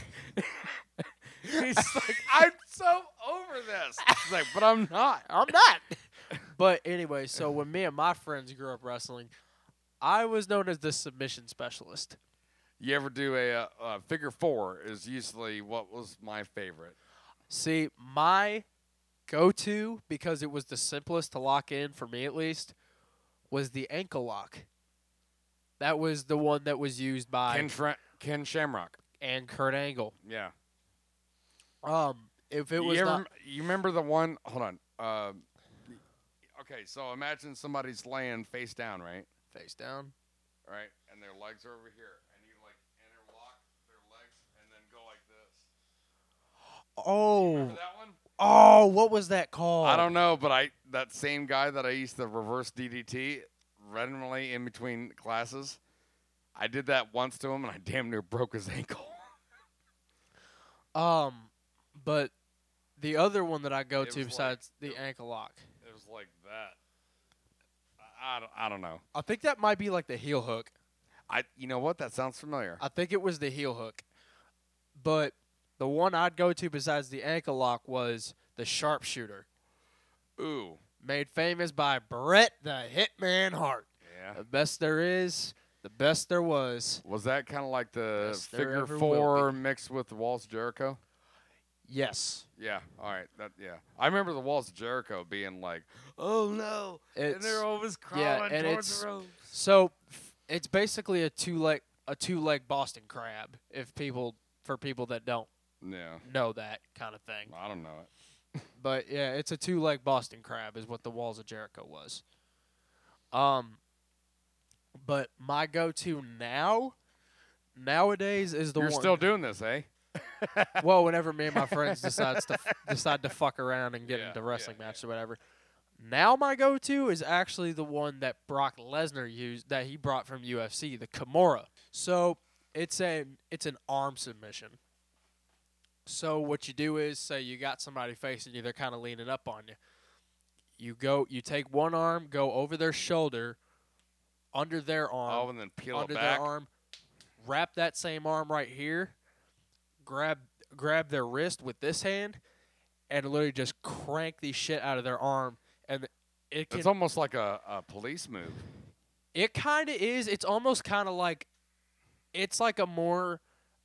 He's like, I'm so over this. He's like, but I'm not. I'm not. but anyway, so when me and my friends grew up wrestling, I was known as the submission specialist. You ever do a, uh uh figure four? Is usually what was my favorite. See, my go-to because it was the simplest to lock in for me at least was the ankle lock. That was the one that was used by Ken, Shra- Ken Shamrock. and Kurt Angle. Yeah. Um, if it you was ever, not, m- you remember the one? Hold on. Um okay, so imagine somebody's laying face down, right? face down, Right, and their legs are over here, and you like interlock their legs and then go like this. oh, Remember that one? oh, what was that called? I don't know, but I that same guy that I used to reverse DDT randomly in between classes, I did that once to him, and I damn near broke his ankle. Um, but the other one that I go It to was like- besides the ankle lock, It was like that. I, I, don't, I don't know. I think that might be like the heel hook. I you know what? That sounds familiar. I think it was the heel hook. But the one I'd go to besides the ankle lock was the sharpshooter, Ooh, made famous by Brett the Hitman Hart. yeah. The best there is, the best there was. Was that kind of like the Yes, there figure ever will four mixed with the Walls of Jericho? Yes. Yeah. All right. That yeah. I remember the Walls of Jericho being like, "Oh no!" and It's, they're always crawling yeah, and towards it's the ropes. so f- it's basically a two leg a two leg Boston crab if people for people that don't Yeah. know that kind of thing. I don't know it. But yeah, it's a two leg Boston crab is what the walls of Jericho was. Um but my go to now nowadays is the You're one still doing this, eh? well, whenever me and my friends decides to f- decide to fuck around and get Yeah, into yeah, wrestling matches or whatever. Now my go-to is actually the one that Brock Lesnar used that he brought from UFC, the Kimura. So it's a it's an arm submission. So what you do is say you got somebody facing you, they're kind of leaning up on you. You go, you take one arm, go over their shoulder, under their arm, Oh, and then peel it under back? their arm, wrap that same arm right here, grab grab their wrist with this hand, and literally just crank the shit out of their arm, and it can It's almost like a, a police move. it kind of is. It's almost kind of like, it's like a more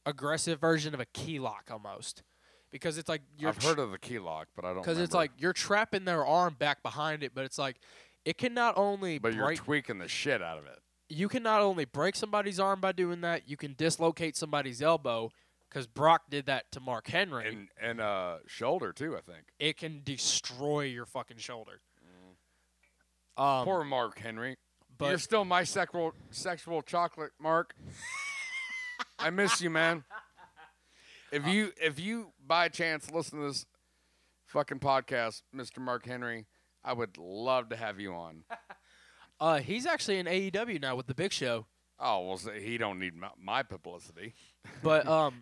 aggressive version of a key lock almost, because it's like you're I've heard of the key lock, but I don't. because it's remember. like you're trapping their arm back behind it, but it's like it can not only but you're break tweaking the shit out of it. you can not only break somebody's arm by doing that, you can dislocate somebody's elbow because Brock did that to Mark Henry. and and uh shoulder too. I think it can destroy your fucking shoulder. Um, poor Mark Henry. but you're still my sexual sexual chocolate, Mark. I miss you, man. Uh, If you if you by chance listen to this fucking podcast, Mr. Mark Henry, I would love to have you on. uh, he's actually in AEW now with the Big Show. Oh well, so he don't need my, my publicity. But um,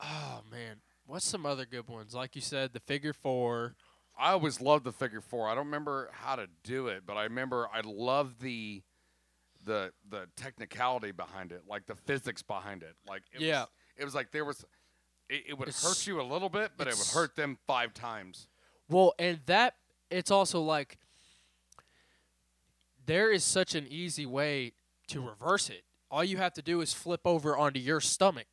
oh man, what's some other good ones? Like you said, the figure four. I always loved the figure four. I don't remember how to do it, but I remember I loved the the the technicality behind it, like the physics behind it. Like it Yeah. was, it was like there was it, it would It's- hurt you a little bit, but it would it's- hurt them five times. Well, and that it's also like there is such an easy way to reverse it. All you have to do is flip over onto your stomach.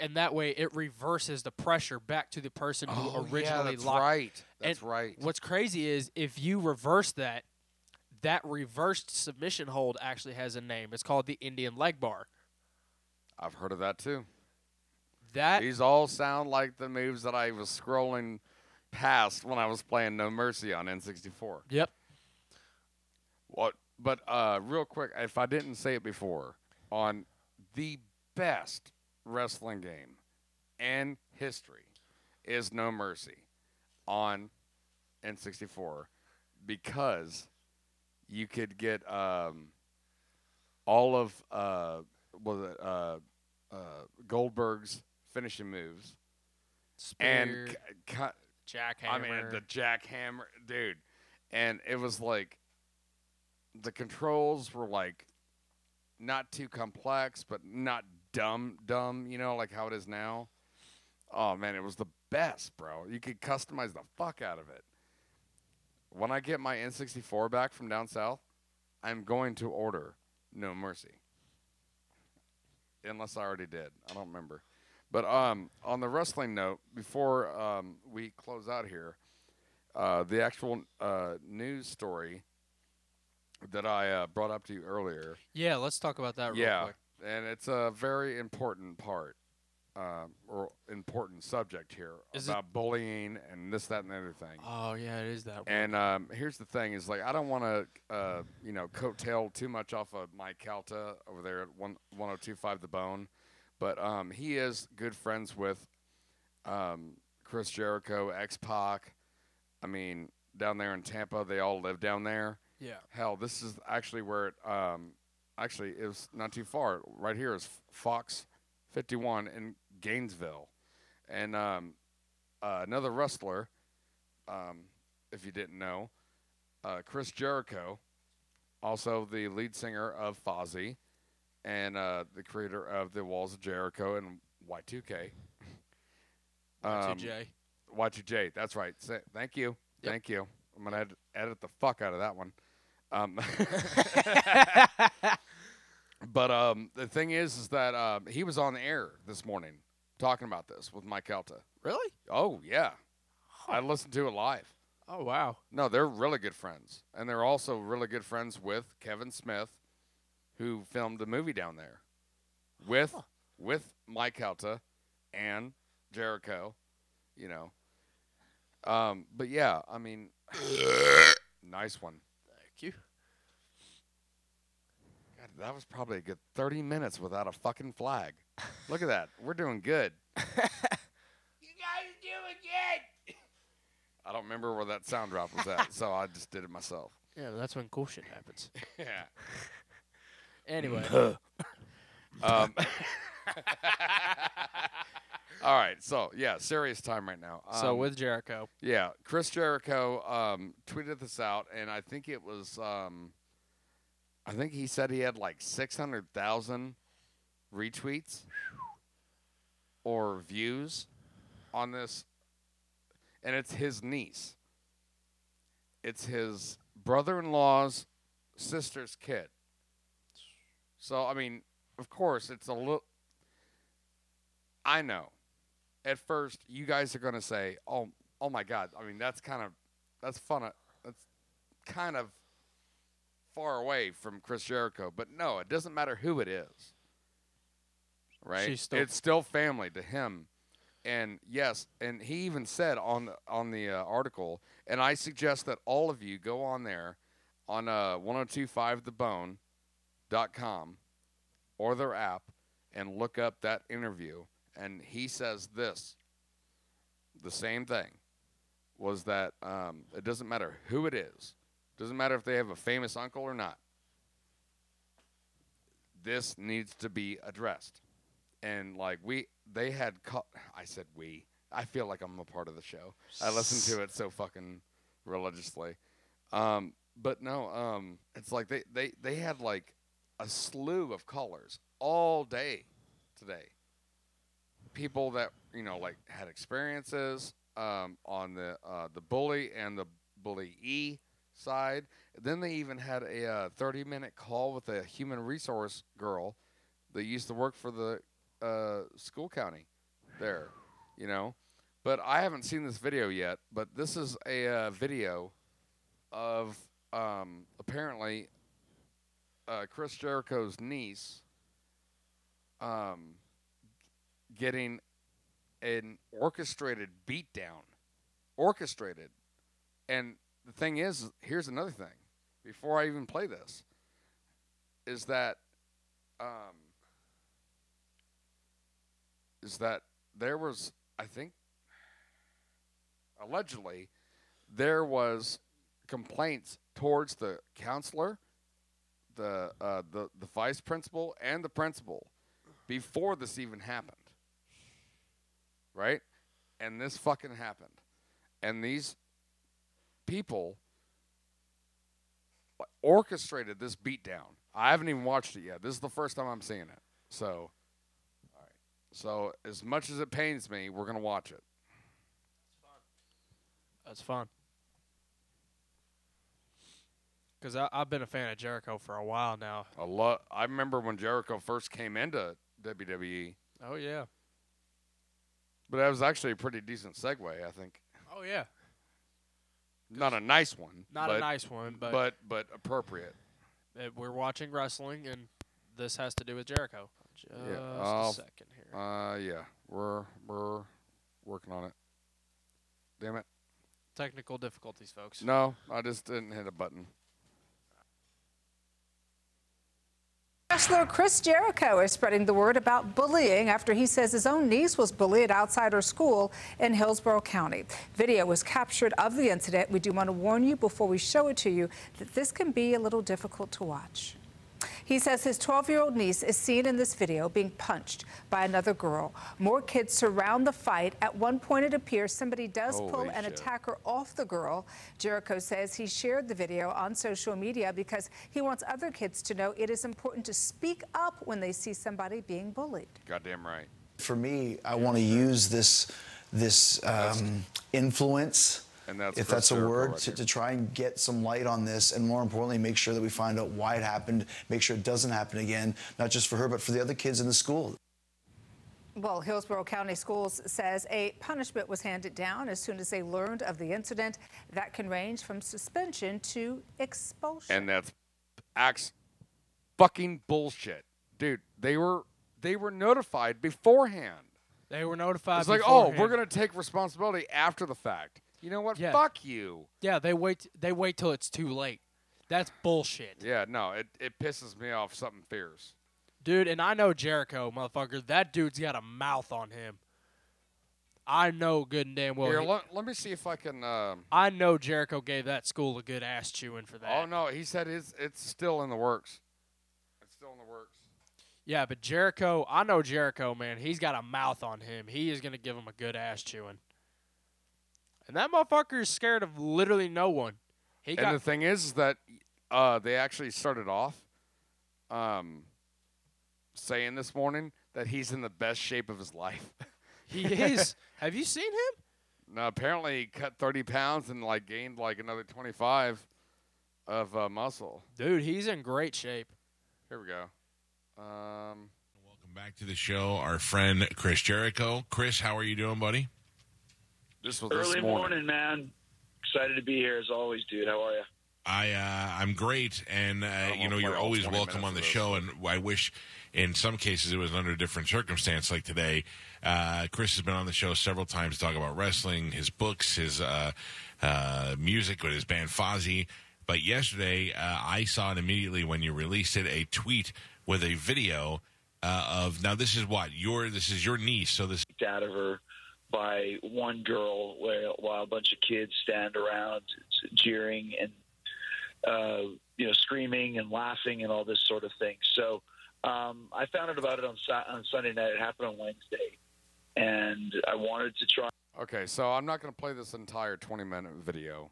And that way it reverses the pressure back to the person who originally Oh, that's locked right. That's and right. What's crazy is if you reverse that, that reversed submission hold actually has a name. It's called the Indian leg bar. I've heard of that too. That These all sound like the moves that I was scrolling past when I was playing No Mercy on N64. Yep. What? But uh, real quick, if I didn't say it before, on the best wrestling game in history is No Mercy on N64 because you could get um, all of uh, was it uh, uh, Goldberg's finishing moves spear, and c- c- jackhammer. I mean, the jackhammer, dude. And it was like the controls were like not too complex, but not dumb, dumb, you know, like how it is now. Oh, man, it was the best, bro. You could customize the fuck out of it. When I get my N64 back from down south, I'm going to order No Mercy. Unless I already did. I don't remember. But um, on the wrestling note, before um, we close out here, uh, the actual uh, news story that I uh, brought up to you earlier. yeah, let's talk about that real yeah, quick. and it's a very important part um, or important subject here Is it- about bullying and this, that, and the other thing. Oh yeah, it is that. one. And um, here's the thing: is like I don't want to, uh, you know, coattail too much off of Mike Calta over there at one one hundred two five the Bone, but um, he is good friends with um, Chris Jericho, X Pac. I mean, down there in Tampa, they all live down there. yeah. Hell, this is actually where it. Um, actually, it was not too far. Right here is Fox 51 in Gainesville, and um, uh, another wrestler. Um, if you didn't know, uh, Chris Jericho, also the lead singer of Fozzy, and uh, the creator of the Walls of Jericho and Y2K. Y2J. Um, Y2J. That's right. Sa- Thank you. Yep. Thank you. I'm gonna ed- edit the fuck out of that one. Um, but um, the thing is, is that um, he was on the air this morning talking about this with Mike Alta. Really? Oh yeah, I listened to it live. Oh wow. No, they're really good friends, and they're also really good friends with Kevin Smith, who filmed the movie down there, with with Mike Helta and Jericho, you know. Um, but yeah, I mean, nice one. Thank you. God, that was probably a good thirty minutes without a fucking flag. Look at that, we're doing good. I don't remember where that sound drop was at, so I just did it myself. Yeah, that's when cool shit happens. Yeah. Anyway, Um, All right, so yeah, serious time right now. so Um, with Jericho, Yeah, Chris Jericho um, tweeted this out, and I think it was, um, I think he said he had like six hundred thousand retweets or views on this, and it's his niece. It's his brother-in-law's sister's kid. So I mean, of course, it's a little. I know. At first, you guys are gonna say, "Oh, oh my God!" I mean, that's kind of, that's fun. uh, That's kind of far away from Chris Jericho. But no, it doesn't matter who it is. Right? She's still- it's still family to him. And yes, and he even said on the, on the uh, article, and I suggest that all of you go on there on uh, 1025thebone.com or their app and look up that interview. And he says this the same thing was that um, it doesn't matter who it is, doesn't matter if they have a famous uncle or not. This needs to be addressed. And like we, they had, co- I said we. I feel like I'm a part of the show. I listen to it so fucking religiously. Um, but no, um, it's like they, they, they had like a slew of callers all day today. People that you know like had experiences um, on the uh, the bully and the bully e side. Then they even had a uh, 30 minute call with a human resource girl that used to work for the uh, school county there, you know. But I haven't seen this video yet. But this is a uh, video of um, apparently uh, Chris Jericho's niece um, getting an orchestrated beatdown, orchestrated. And the thing is, here's another thing. Before I even play this, is that um, is that there was I think allegedly there was complaints towards the counselor the uh, the the vice principal and the principal before this even happened, right? And this fucking happened, and these people like, orchestrated this beatdown. I haven't even watched it yet. This is the first time I'm seeing it. So, all right. So as much as it pains me, we're gonna watch it. that's fun. Because I've been a fan of Jericho for a while now. I love. I remember when Jericho first came into WWE, Oh yeah. but that was actually a pretty decent segue, I think. Oh yeah. Not a nice one. Not a but- nice one, but, but but appropriate. uh, we're watching wrestling, and this has to do with Jericho. Just I'll- a second here. Uh, yeah, we're we're working on it. Damn it! Technical difficulties, folks. No, I just didn't hit a button. Wrestler Chris Jericho is spreading the word about bullying after he says his own niece was bullied outside her school in Hillsborough County. Video was captured of the incident. We do want to warn you before we show it to you that this can be a little difficult to watch. He says his 12 year old niece is seen in this video being punched by another girl. More kids surround the fight. At one point, it appears somebody does pull Holy an shit. attacker off the girl. Jericho says he shared the video on social media because he wants other kids to know it is important to speak up when they see somebody being bullied. Goddamn right. For me, I want to use this this um, influence, And that's if Chris that's a Jericho word, right to, there. to try and get some light on this, and more importantly, make sure that we find out why it happened, make sure it doesn't happen again, not just for her, but for the other kids in the school. Well, Hillsborough County Schools says a punishment was handed down as soon as they learned of the incident. That can range from suspension to expulsion. And that's acts fucking bullshit, dude. They were they were notified beforehand. They were notified. It's like, oh, Uh, beforehand. we're gonna take responsibility after the fact. You know what? Yeah. Fuck you. Yeah, they wait. They wait till it's too late. That's bullshit, Yeah, no, it, it pisses me off something fierce. dude. And I know Jericho, motherfucker. That dude's got a mouth on him. I know good and damn well. Here, he- let, let me see if I can. Um, I know Jericho gave that school a good ass chewing for that. oh no, he said it's it's still in the works. It's still in the works. Yeah, but Jericho, I know Jericho, man. He's got a mouth on him. He is going to give him a good ass chewing. And that motherfucker is scared of literally no one. He and the thing is, is that uh, they actually started off um, saying this morning that he's in the best shape of his life. he is. Have you seen him? No, apparently he cut 30 pounds and like gained like another 25 of uh, muscle. Dude, he's in great shape. Here we go. Um, Welcome back to the show, our friend uh, Chris Jericho. Chris, how are you doing, buddy? This was Early this morning. morning, man. Excited to be here as always, dude. How are you? I uh, I'm great, and uh, you wanna know play you're all always 20 welcome minutes on the of show. And I wish, in some cases, it was under a different circumstance like today. Uh, Chris has been on the show several times to talk about wrestling, his books, his uh, uh, music with his band Fozzy. But yesterday, uh, I saw it immediately when you released it. A tweet with a video uh, of now this is what your this is your niece, so this Kicked out of her by one girl where, while a bunch of kids stand around jeering and uh, you know screaming and laughing and all this sort of thing. So um, I found out about it on Su- on Sunday night. It happened on Wednesday, and I wanted to try. Okay, so I'm not going to play this entire 20 minute video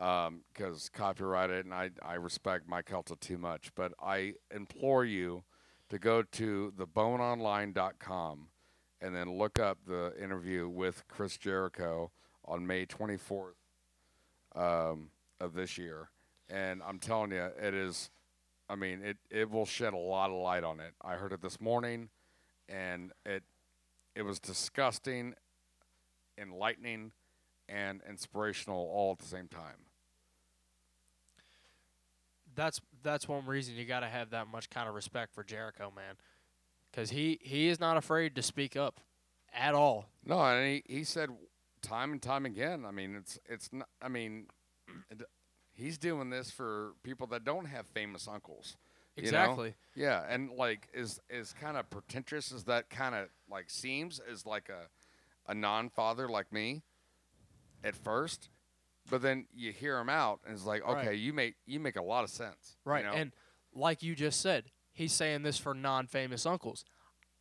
um, because copyrighted, and I, I respect Mike Helta too much. But I implore you to go to theboneonline.com and then look up the interview with Chris Jericho on May 24th um, of this year. And I'm telling you, it is, I mean, it, it will shed a lot of light on it. I heard it this morning, and it it was disgusting enlightening and inspirational all at the same time. That's that's one reason you got to have that much kind of respect for Jericho, man. Cuz he he is not afraid to speak up at all. No, and he, he said time and time again. I mean, it's it's not. I mean, it, he's doing this for people that don't have famous uncles. you know? Exactly. Yeah, and like is is kind of pretentious as that kind of like seems is like a a non-father like me at first, but then you hear him out and it's like, okay, Right. you make you make a lot of sense. you Right. know? And like you just said, he's saying this for non famous uncles.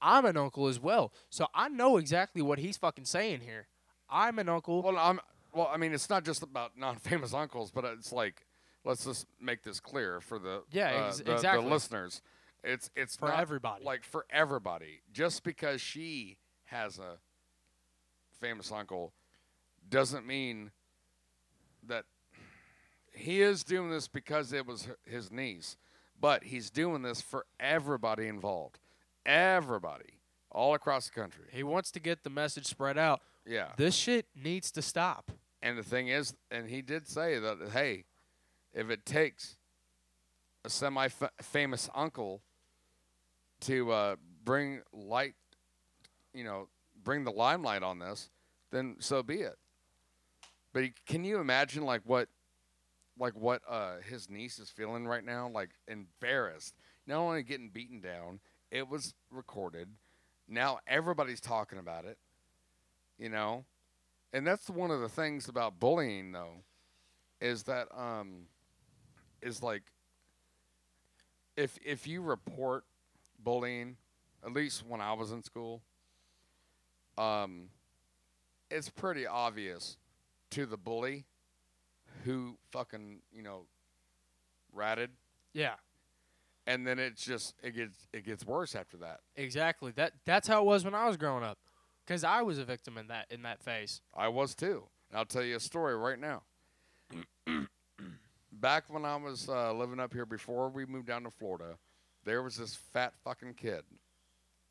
I'm an uncle as well. So I know exactly what he's fucking saying here. I'm an uncle. Well, I'm well. I mean, it's not just about non-famous uncles, but it's like let's just make this clear for the Yeah, uh, ex- the- the, exactly. listeners. It's it's For not, everybody. like for everybody. Just because she has a famous uncle doesn't mean that he is doing this because it was h- his niece, but he's doing this for everybody involved, everybody all across the country. He wants to get the message spread out. Yeah. This shit needs to stop. And the thing is, and he did say that, hey, if it takes a semi famous uncle to uh, bring light, you know, bring the limelight on this, then so be it. But he- can you imagine, like, what. Like what uh, his niece is feeling right now, like embarrassed. Not only getting beaten down, it was recorded. Now everybody's talking about it. You know, and that's one of the things about bullying though is that um is like if if you report bullying at least when i was in school um it's pretty obvious to the bully who fucking you know ratted Yeah. and then it's just it gets it gets worse after that Exactly. That that's how it was when I was growing up. Cuz I was a victim in that in that phase. I was too. And I'll tell you a story right now. Back when I was uh, living up here before we moved down to Florida, there was this fat fucking kid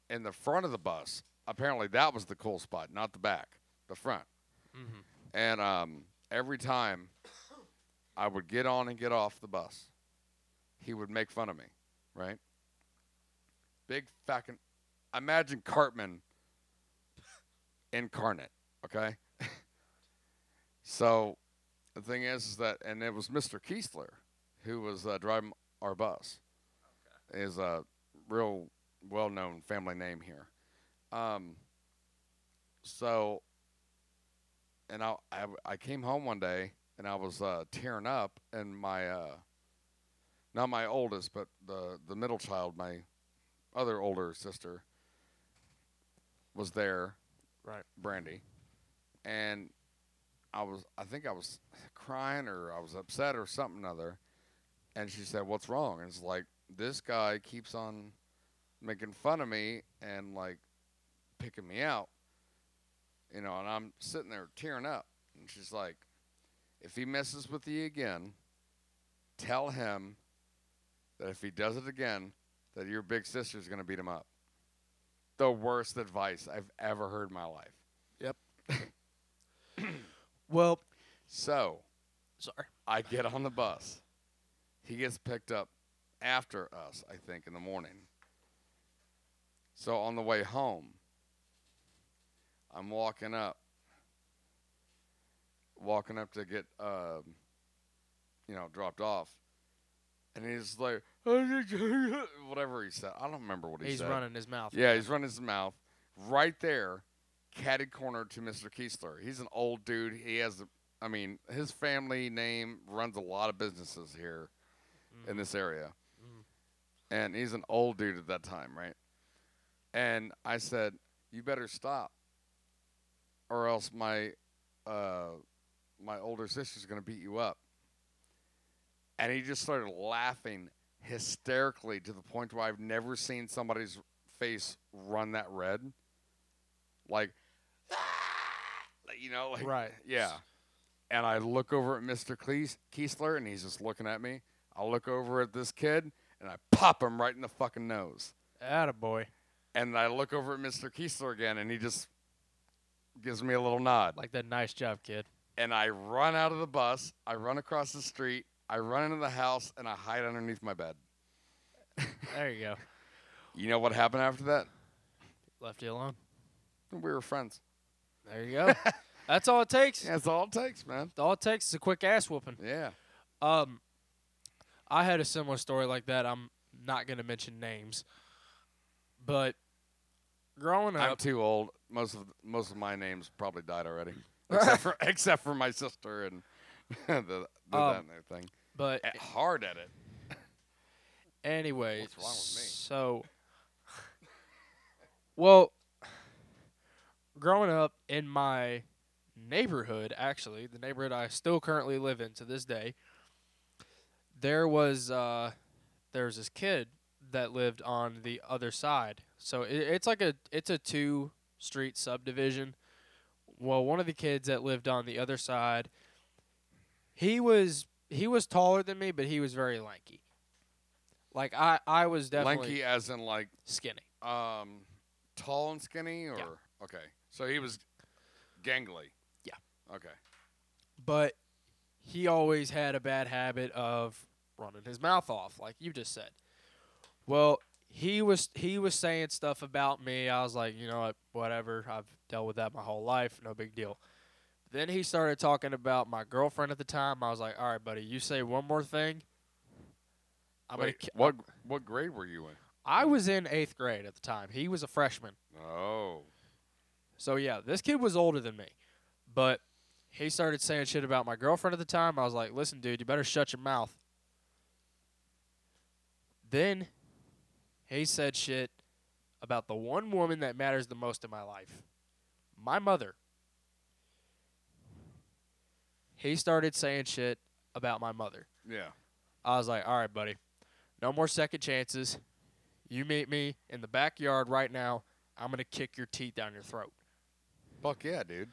in the front of the bus. Apparently, that was the cool spot, not the back, the front. Mhm. And um, every time I would get on and get off the bus, he would make fun of me, right? Big fucking. Imagine Cartman incarnate, okay? so the thing is, is that, and it was Mr. Keesler who was uh, driving our bus. Is a real well known family name here. Um, so, and I, I, I came home one day and I was uh, tearing up, and my, uh, not my oldest, but the, the middle child, my other older sister was there, right? Brandy, and I was I think I was crying or I was upset or something other, and she said, "What's wrong?" And it's like this guy keeps on making fun of me and like picking me out, you know, and I'm sitting there tearing up, and she's like, "If he messes with you again, tell him." That if he does it again, that your big sister's going to beat him up. The worst advice I've ever heard in my life. Yep. well, so sorry. I get on the bus. He gets picked up after us, I think, in the morning. So on the way home, I'm walking up, walking up to get, uh, you know, dropped off, and he's like, whatever he said. I don't remember what he He's said. running his mouth. Yeah, he's running his mouth right there, catty corner to Mr. Keesler. He's an old dude. He has, a, I mean, his family name runs a lot of businesses here in this area. And he's an old dude at that time, right? And I said, You better stop, or else my, uh, my older sister's going to beat you up. And he just started laughing hysterically to the point where I've never seen somebody's face run that red. Like, you know, like, Right. Yeah. And I look over at Mr. Klees- Keesler, and he's just looking at me. I look over at this kid, and I pop him right in the fucking nose. Attaboy. And I look over at Mr. Keesler again, and he just gives me a little nod. Like that nice job, kid. And I run out of the bus. I run across the street. I run into the house, and I hide underneath my bed. There you go. You know what happened after that? Left you alone. We were friends. There you go. That's all it takes. That's all it takes, man. All it takes is a quick ass whooping. Yeah. Um, I had a similar story like that. I'm not gonna mention names, but growing up, I'm too old. Most of most of my names probably died already, except for except for my sister and the, the Um, that and their thing. but At- hard at it. Anyway, What's wrong with me? so well, growing up in my neighborhood, actually, the neighborhood I still currently live in to this day, there was uh, there was this kid that lived on the other side. So it, it's like a it's a two street subdivision. Well, one of the kids that lived on the other side, he was he was taller than me, but he was very lanky. Like I, I was definitely Lanky uh, as in like skinny. Um, tall and skinny, or okay. So he was gangly. Yeah. Okay. but he always had a bad habit of running his mouth off, like you just said. Well, he was he was saying stuff about me. I was like, you know what, whatever. I've dealt with that my whole life. No big deal. Then he started talking about my girlfriend at the time. I was like, all right, buddy, you say one more thing. I'm Wait, gonna. Ki- what what grade were you in? I was in eighth grade at the time. He was a freshman. Oh. So yeah, this kid was older than me, but he started saying shit about my girlfriend at the time. I was like, "Listen, dude, you better shut your mouth." Then he said shit about the one woman that matters the most in my life, my mother. He started saying shit about my mother. Yeah. I was like, all right, buddy, no more second chances. You meet me in the backyard right now. I'm going to kick your teeth down your throat. Fuck yeah, dude.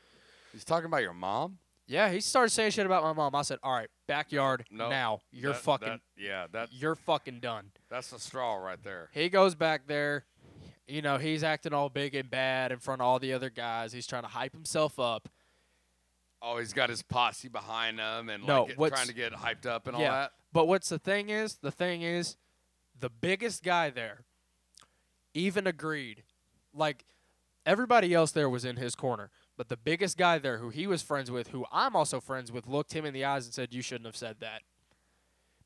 He's talking about your mom? Yeah, he started saying shit about my mom. I said, all right, backyard No. now. You're That- fucking, that- yeah. That you're fucking done. that's the straw right there. He goes back there. You know, he's acting all big and bad in front of all the other guys. He's trying to hype himself up. Oh, he's got his posse behind him and No, like, get- what's- trying to get hyped up and yeah. all that. But what's the thing is, the thing is, the biggest guy there even agreed. Like everybody else there was in his corner, but the biggest guy there who he was friends with, who I'm also friends with, looked him in the eyes and said, "You shouldn't have said that."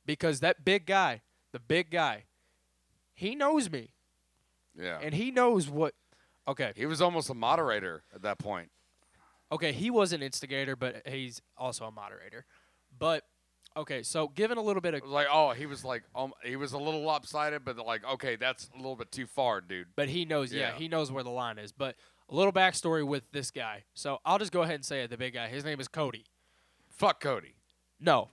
Because that big guy, the big guy, he knows me Yeah. and he knows what Okay. He was almost a moderator at that point. Okay, he was an instigator, but he's also a moderator. But Okay, so given a little bit of like, oh, he was like, um, he was a little lopsided, but like, okay, that's a little bit too far, dude. But he knows, yeah, he knows where the line is. But a little backstory with this guy. So I'll just go ahead and say it. The big guy, his name is Cody. Fuck Cody. No.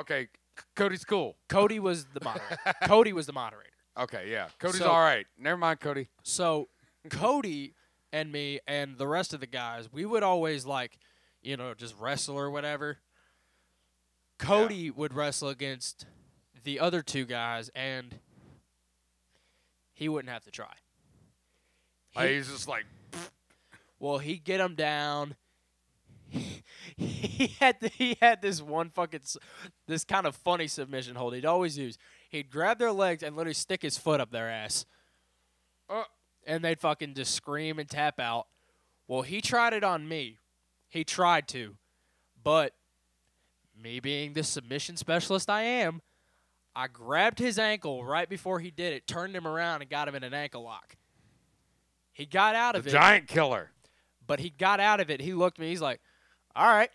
Okay, C- Cody's cool. Cody was the moderator. Cody was the moderator. Okay, yeah, Cody's So- all right. Never mind, Cody. So Cody and me and the rest of the guys, we would always like, you know, just wrestle or whatever. Cody would wrestle against the other two guys, and he wouldn't have to try. Like, he's just like, Well, he get him down. he had the, he had this one fucking s- this kind of funny submission hold he'd always use. He'd grab their legs and literally stick his foot up their ass, Uh. and they'd fucking just scream and tap out. Well, he tried it on me. He tried to, but me being the submission specialist I am, I grabbed his ankle right before he did it, turned him around, and got him in an ankle lock. He got out the of it. giant killer. But he got out of it. He looked at me. He's like, all right.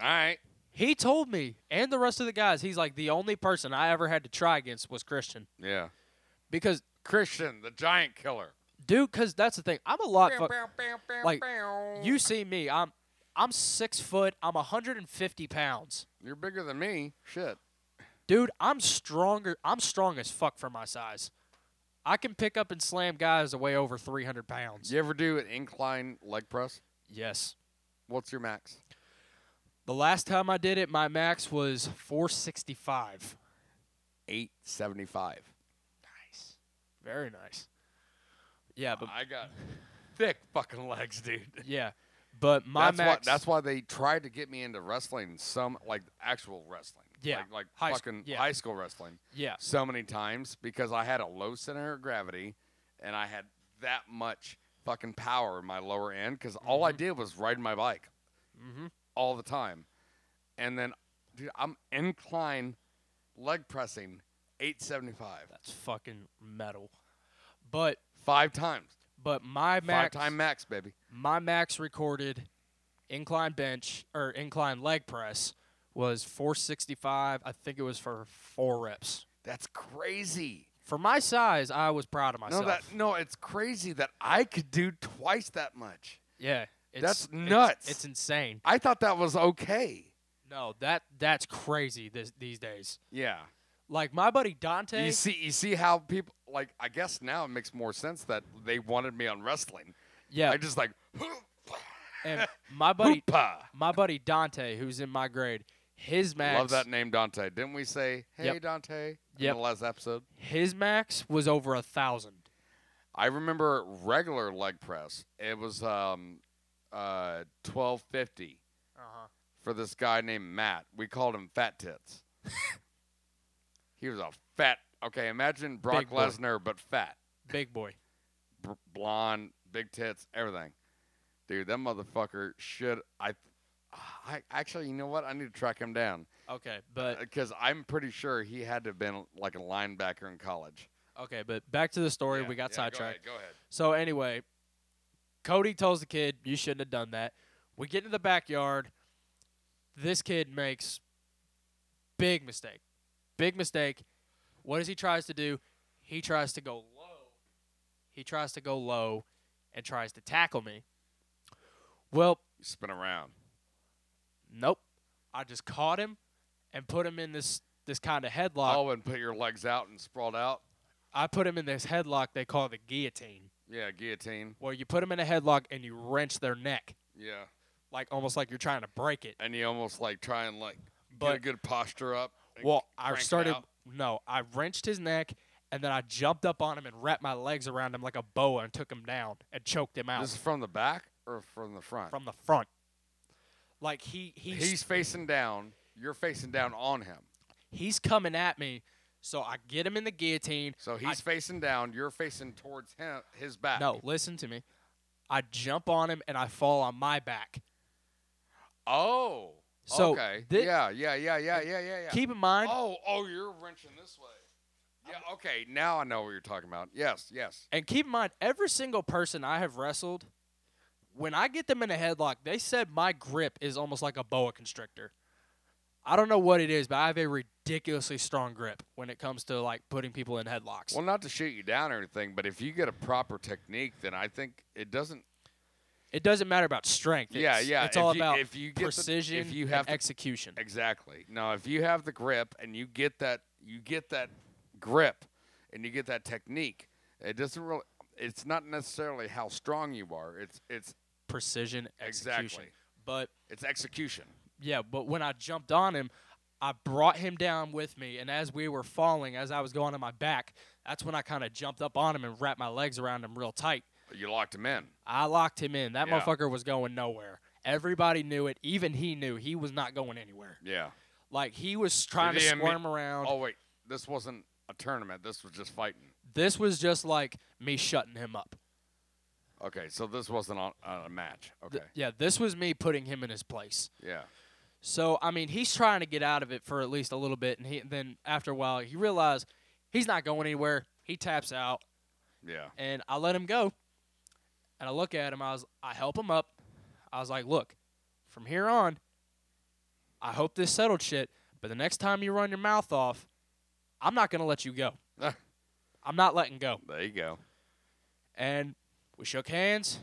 All right. He told me and the rest of the guys, he's like, the only person I ever had to try against was Christian. Yeah. Because, Christian, the giant killer. dude, because that's the thing. I'm a lot. Fu- Bow, bow, bow, like, bow. you see me. I'm. I'm six foot. I'm 150 pounds, You're bigger than me. Shit. dude. I'm stronger. I'm strong as fuck for my size. I can pick up and slam guys that weigh over 300 pounds. You ever do an incline leg press? Yes. What's your max? The last time I did it, my max was 465. 875. Very nice. Yeah, but I got thick fucking legs, dude. Yeah, but my that's max. Why, that's why they tried to get me into wrestling, some like actual wrestling. Yeah, Like, like high sc- fucking yeah. high school wrestling. Yeah. So many times because I had a low center of gravity and I had that much fucking power in my lower end because all Mm-hmm. I did was ride my bike Mhm. all the time. And then, dude, I'm incline leg pressing 875. That's fucking metal. But five times. But my max Five time max, baby. my max recorded incline bench or incline leg press was 465. I think it was for four reps. That's crazy. For my size, I was proud of myself. No, that no, it's crazy that I could do twice that much. yeah, it's, That's it's- nuts. It's, insane. I thought that was okay. No, that that's crazy this, these days. Yeah. Like my buddy Dante. You see, you see how people like. I guess now it makes more sense that they wanted me on wrestling. Yeah. I just like And my buddy, my buddy Dante, who's in my grade, his max. love that name Dante. Didn't we say hey Yep. Dante Yep. in the last episode? His max was over a thousand. I remember regular leg press. It was um, uh, twelve fifty Uh-huh. for this guy named Matt. We called him Fat Tits. he was a fat. Okay, imagine Brock Big boy. Lesnar but fat, Big boy. Br blonde, big tits, everything. Dude, that motherfucker should. I, I actually, you know what? I need to track him down Okay, but because I'm pretty sure he had to have been like a linebacker in college. okay, but back to the story. we got yeah, go ahead, sidetracked. go ahead. So anyway, Cody tells the kid, "You shouldn't have done that." We get into the backyard. This kid makes big mistake. Big mistake. What does he tries to do? He tries to go low. He tries to go low, and tries to tackle me. Well, You spin around. nope. I just caught him and put him in this this kind of headlock. Oh, and put your legs out and sprawled out. I put him in this headlock they call the guillotine, Yeah, guillotine. where you put him in a headlock and you wrench their neck, Yeah. like almost like you're trying to break it. And you almost like try and like get a But- good posture up. and Well, c- I crank it started. out. No, I wrenched his neck and then I jumped up on him and wrapped my legs around him like a boa and took him down and choked him out This is from the back or from the front? from the front. Like he he's He's facing down. You're facing down on him. he's coming at me, so I get him in the guillotine. So he's facing down. You're facing towards him, his back. No, listen to me. I jump on him and I fall on my back. Oh. So okay. thi- yeah, yeah, yeah, yeah, yeah, yeah, yeah. Keep in mind, Oh, oh, you're wrenching this way. Yeah. Okay. Now I know what you're talking about. Yes. Yes. And keep in mind, every single person I have wrestled, when I get them in a headlock, they said my grip is almost like a boa constrictor. I don't know what it is, but I have a ridiculously strong grip when it comes to like putting people in headlocks. Well, not to shoot you down or anything, but if you get a proper technique, then I think it doesn't. It doesn't matter about strength. yeah, It's- yeah. It's all if you, about if you get the- precision. if you and have the- execution. exactly. No, if you have the grip and you get that, you get that grip, and you get that technique. It doesn't really. It's not necessarily how strong you are. It's it's precision Exactly. execution. But it's execution. Yeah, but when I jumped on him, I brought him down with me, and as we were falling, as I was going on my back, that's when I kind of jumped up on him and wrapped my legs around him real tight. You locked him in. I locked him in. That Yeah. motherfucker was going nowhere. Everybody knew it. Even he knew he was not going anywhere. Yeah. Like he was trying to Did he imme- squirm around. Oh wait, this wasn't a tournament. This was just fighting. This was just like me shutting him up. Okay, so this wasn't on, on a match. Okay. Th- yeah, this was me putting him in his place. yeah. So I mean, he's trying to get out of it for at least a little bit, and he then after a while he realized he's not going anywhere. He taps out, Yeah. and I let him go. And I look at him. I was I help him up. I was like, look, from here on, I hope this settled shit. But the next time you run your mouth off, I'm not gonna let you go. I'm not letting go. There you go. And we shook hands,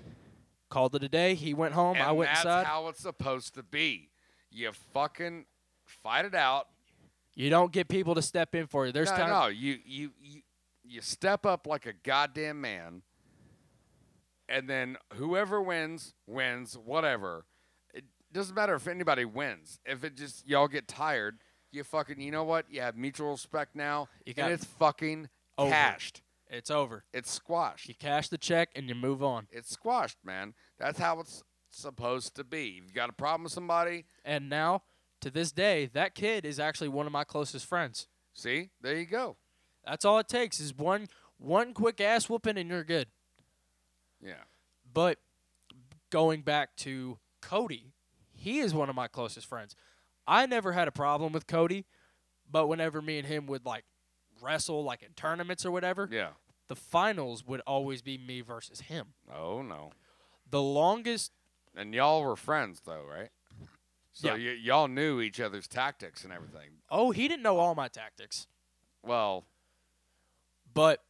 called it a day. He went home. and I went that's inside. how it's supposed to be. You fucking fight it out. you don't get people to step in for you. There's no, times no, you, you you you step up like a goddamn man, and then whoever wins wins. Whatever. It doesn't matter if anybody wins. If it just y'all get tired, you fucking you know what? You have mutual respect now, got and it's fucking over. cashed. It's over. It's squashed. You cash the check and you move on. It's squashed, man. That's how it's supposed to be. You've got a problem with somebody. And now, to this day, that kid is actually one of my closest friends. See, there you go. That's all it takes is one one quick ass whooping and you're good. Yeah. But going back to Cody, he is one of my closest friends. I never had a problem with Cody, but whenever me and him would like wrestle like in tournaments or whatever, Yeah. the finals would always be me versus him. Oh no. The longest. And y'all were friends though, right? So Yeah. y- y'all knew each other's tactics and everything. Oh, he didn't know all my tactics. Well, but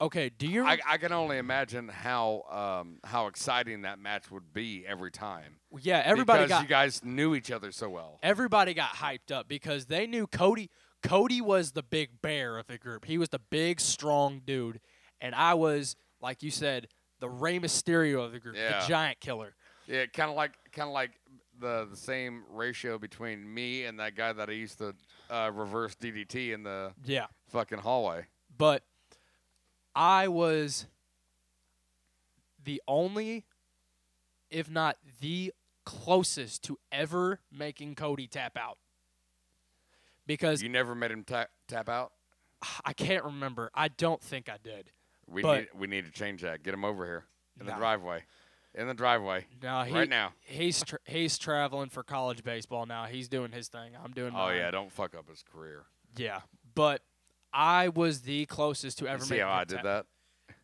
okay, do you? I, I can only imagine how um, how exciting that match would be every time. Well, yeah, everybody because got- you guys knew each other so well. Everybody got hyped up because they knew Cody. Cody was the big bear of the group. He was the big, strong dude, and I was, like you said, the Rey Mysterio of the group, Yeah. the giant killer. Yeah, kind of like kind of like the the same ratio between me and that guy that I used to uh, reverse DDT in the Yeah. fucking hallway. But I was the only, if not the closest to ever making Cody tap out. Because you never made him tap tap out. I can't remember. I don't think I did. We But- need we need to change that. Get him over here in Nah. the driveway. In the driveway. No, he, right now. he's tr he's traveling for college baseball now. He's doing his thing. I'm doing. Oh mine. yeah, don't fuck up his career. Yeah, but I was the closest to You ever. see making how I it did ta- that?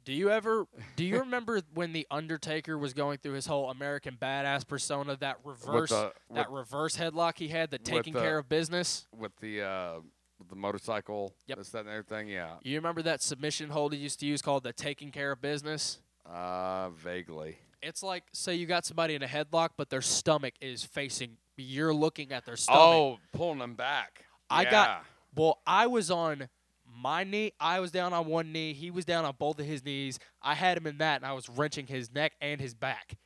Do you ever? Do you remember when the Undertaker was going through his whole American badass persona? That reverse, the- that with- reverse headlock he had, the With taking the- care of business. with the uh, with the motorcycle. Yep. This, that, and everything. Yeah. You remember that submission hold he used to use called the taking care of business? Uh, vaguely. It's like say you got somebody in a headlock, but their stomach is facing. You're looking at their stomach. Oh, pulling them back. I Yeah. got well, I was on my knee. I was down on one knee. He was down on both of his knees. I had him in that, and I was wrenching his neck and his back.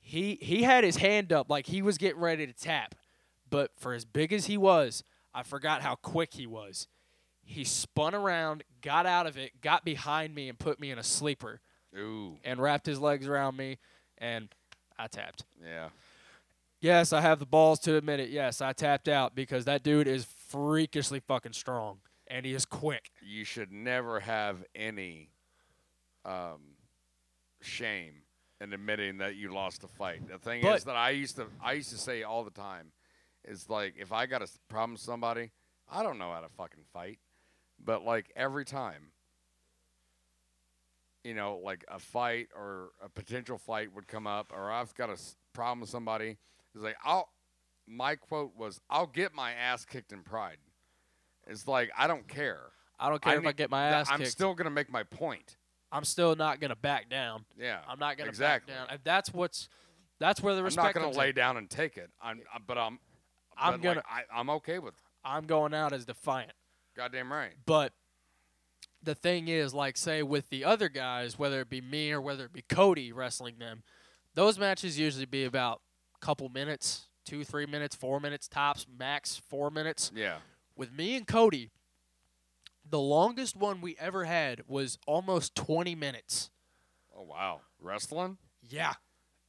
He he had his hand up like he was getting ready to tap, but for as big as he was, I forgot how quick he was. He spun around, got out of it, got behind me, and put me in a sleeper. Ooh. And wrapped his legs around me, and I tapped. Yeah. Yes, I have the balls to admit it. Yes, I tapped out because that dude is freakishly fucking strong and he is quick. You should never have any um, shame in admitting that you lost a fight. The thing is But- that I used to I used to say all the time, it's like if I got a s- problem with somebody, I don't know how to fucking fight, but like every time. You know, like a fight or a potential fight would come up, or I've got a s- problem with somebody. It's like I'll my quote was, "I'll get my ass kicked in pride." It's like I don't care. I don't care if I need- get my th- ass I'm kicked. still gonna make my point. I'm still not gonna back down. Yeah, I'm not gonna exactly. back down. If that's what's that's where the I'm respect. not gonna comes lay in. down and take it. I'm, I- but I'm. I'm but, gonna- Like, I, I'm okay with. It. I'm going out as defiant. Goddamn right. But the thing is, like, say with the other guys, whether it be me or whether it be Cody wrestling them, those matches usually be about a couple minutes, two, three minutes, four minutes tops, max four minutes. Yeah. With me and Cody, the longest one we ever had was almost 20 minutes. Oh wow, wrestling. Yeah.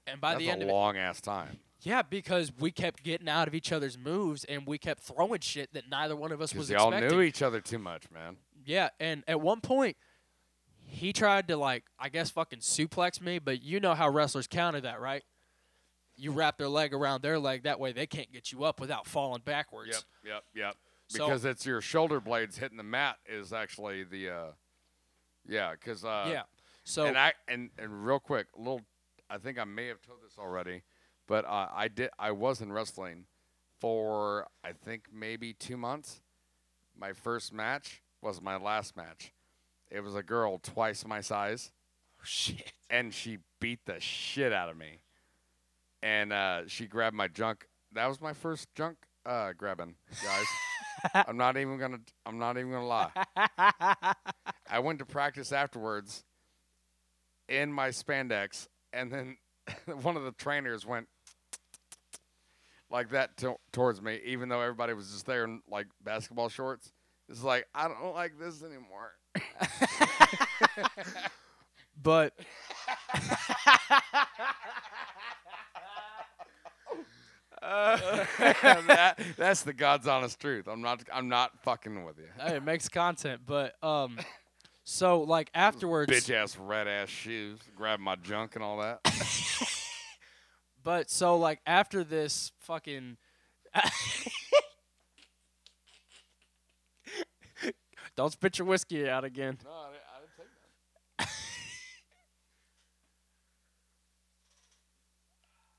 And by That's the end a of it, long ass time. yeah, because we kept getting out of each other's moves and we kept throwing shit that neither one of us was Because y'all expecting. knew each other too much, man. Yeah, and at one point, he tried to like I guess fucking suplex me, but you know how wrestlers counter that, right? You wrap their leg around their leg that way they can't get you up without falling backwards. Yep, yep, yep. So- Because it's your shoulder blades hitting the mat is actually the, uh, yeah, because uh, Yeah, so- and I and and real quick, little, I think I may have told this already, but uh, I did I was in wrestling for I think maybe two months. My first match was my last match. It was a girl twice my size. Oh, Shit. And she beat the shit out of me. And uh, she grabbed my junk. That was my first junk uh, grabbing, guys. I'm not even gonna. I'm not even gonna lie. I went to practice afterwards in my spandex, and then one of the trainers went like that to- towards me, even though everybody was just there in like basketball shorts. It's like I don't like this anymore. But that, that's the God's honest truth. I'm not. I'm not fucking with you. hey, it makes content, but um so like afterwards Bitch ass red ass shoes. Grab my junk and all that. But so like after this fucking Don't spit your whiskey out again. no, I, I didn't take that.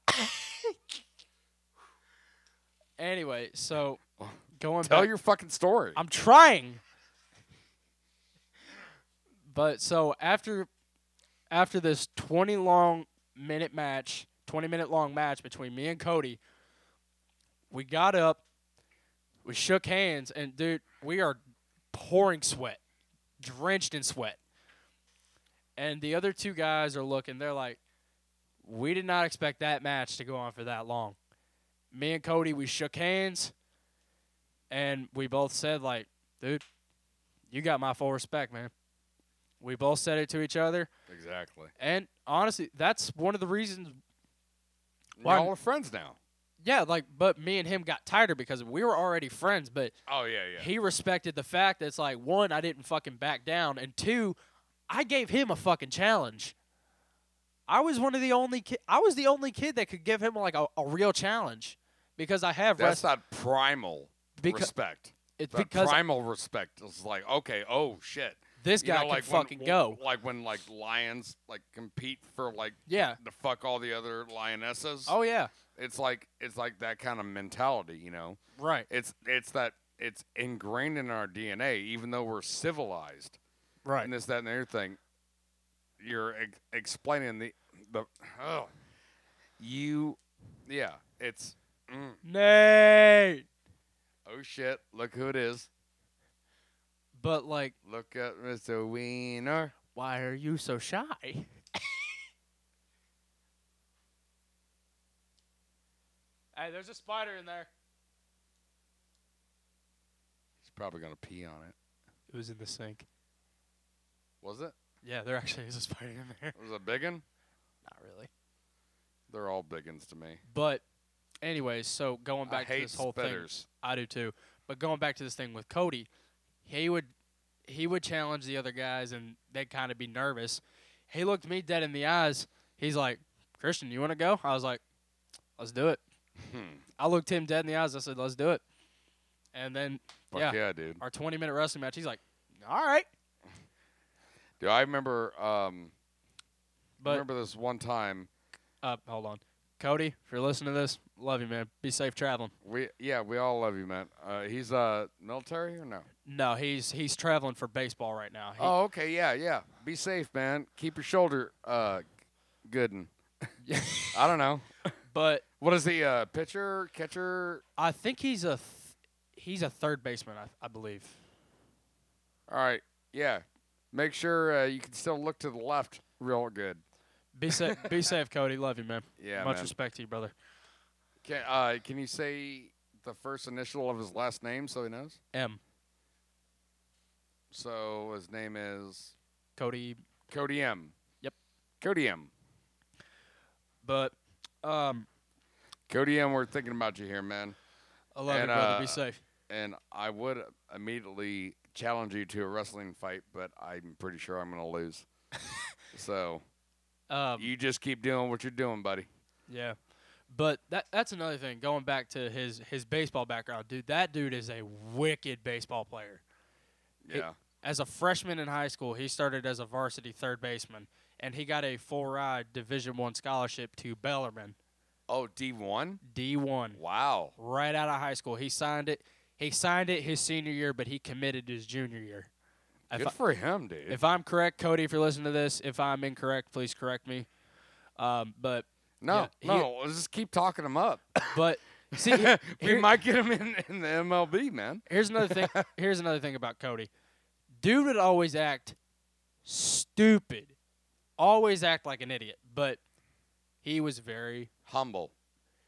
Anyway, so going Tell back, your fucking story. I'm trying. But so after after this 20 long minute match, 20 minute long match between me and Cody, we got up, we shook hands and dude, we are pouring sweat, drenched in sweat. And the other two guys are looking, they're like we did not expect that match to go on for that long. Me and Cody, we shook hands and we both said like, dude, you got my full respect, man. We both said it to each other. Exactly. And honestly, that's one of the reasons We're all friends now. Yeah, like but me and him got tighter because we were already friends, but Oh yeah, yeah. he respected the fact that it's like one, I didn't fucking back down, and two, I gave him a fucking challenge. I was one of the only ki- I was the only kid that could give him like a, a real challenge because I have That's wrestled. not primal Becau- respect. It's That because- primal respect is like okay, oh shit, This guy can when- fucking go. Like when like lions like compete for like Yeah. to fuck all the other lionesses. Oh, yeah. it's like it's like that kind of mentality, you know. Right. It's it's that it's ingrained in our DNA, even though we're civilized. Right. And this that and the other thing. You're ex- explaining the the oh, you yeah it's. Mm. Nate. Oh shit! Look who it is. But like, look at Mr. Wiener. Why are you so shy? Hey, there's a spider in there. He's probably gonna pee on it. It was in the sink. Was it? Yeah, there actually is a spider in there. Was it biggin? Not really. They're all biggins to me. But anyway, so going I back hate to this whole spitters. thing, I do too. But going back to this thing with Cody, he would he would challenge the other guys, and they'd kind of be nervous. He looked me dead in the eyes. He's like, "Christian, you want to go?" I was like, "Let's do it." Hmm. I looked him dead in the eyes. I said, "Let's do it." And then Fuck yeah, yeah, dude. our 20 minute wrestling match. He's like, "All right." Do I remember? Um, But- remember this one time. Uh, hold on. Cody, if you're listening to this, love you, man. Be safe traveling. We yeah, we all love you, man. Uh, he's uh military or no? No, he's he's traveling for baseball right now. He- oh, okay, yeah, yeah. Be safe, man. Keep your shoulder uh good and I don't know. But what is he? Uh, pitcher, catcher? I think he's a th- he's a third baseman, I, I believe. All right, yeah. Make sure uh, you can still look to the left real good. Be safe, be safe, Cody. Love you, man. Yeah, much man. respect to you, brother. Can uh, can you say the first initial of his last name so he knows? M. So his name is Cody. Cody M. Yep. Cody M. But um, Cody M. We're thinking about you here, man. I love And, you, brother. uh, be safe. And I would immediately challenge you to a wrestling fight, but I'm pretty sure I'm going to lose. so Um, you just keep doing what you're doing, buddy. Yeah, but that that's another thing. Going back to his his baseball background, dude, that dude is a wicked baseball player. He- Yeah. as a freshman in high school, he started as a varsity third baseman, and he got a full ride Division One scholarship to Bellarmine. Oh, D one. D one. Wow. Right out of high school, he signed it. He signed it his senior year, but he committed his junior year. If Good I- for him, dude. If I'm correct, Cody, if you're listening to this, if I'm incorrect, please correct me. Um, but no, yeah, he- no, let's just keep talking him up. But see, he- we here- might get him in, in the MLB, man. Here's another thing. Here's another thing about Cody. Dude would always act stupid, always act like an idiot, but he was very humble.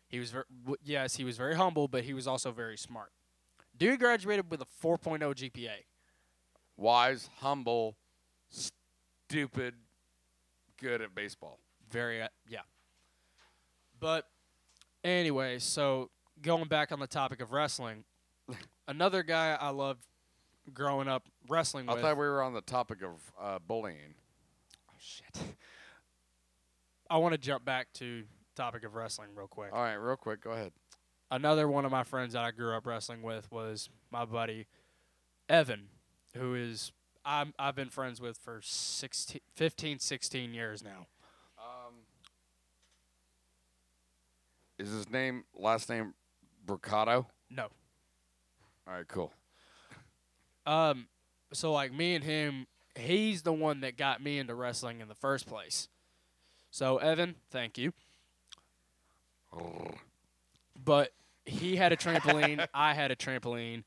He was very yes, he was very humble, but he was also very smart. Dude graduated with a 4.0 GPA. Wise, humble, stupid, good at baseball. Very uh, yeah. But anyway, so going back on the topic of wrestling, another guy I loved growing up wrestling I with. thought we were on the topic of uh, bullying. I want to jump back to topic of wrestling real quick. All right, real quick, go ahead. Another one of my friends that I grew up wrestling with was my buddy Evan, who is I'm, I've been friends with for 16, 15, 16 years now. Um, Is his name last name Bricado? No. All right, cool. Um, so like me and him, he's the one that got me into wrestling in the first place. So Evan, thank you. But he had a trampoline. I had a trampoline.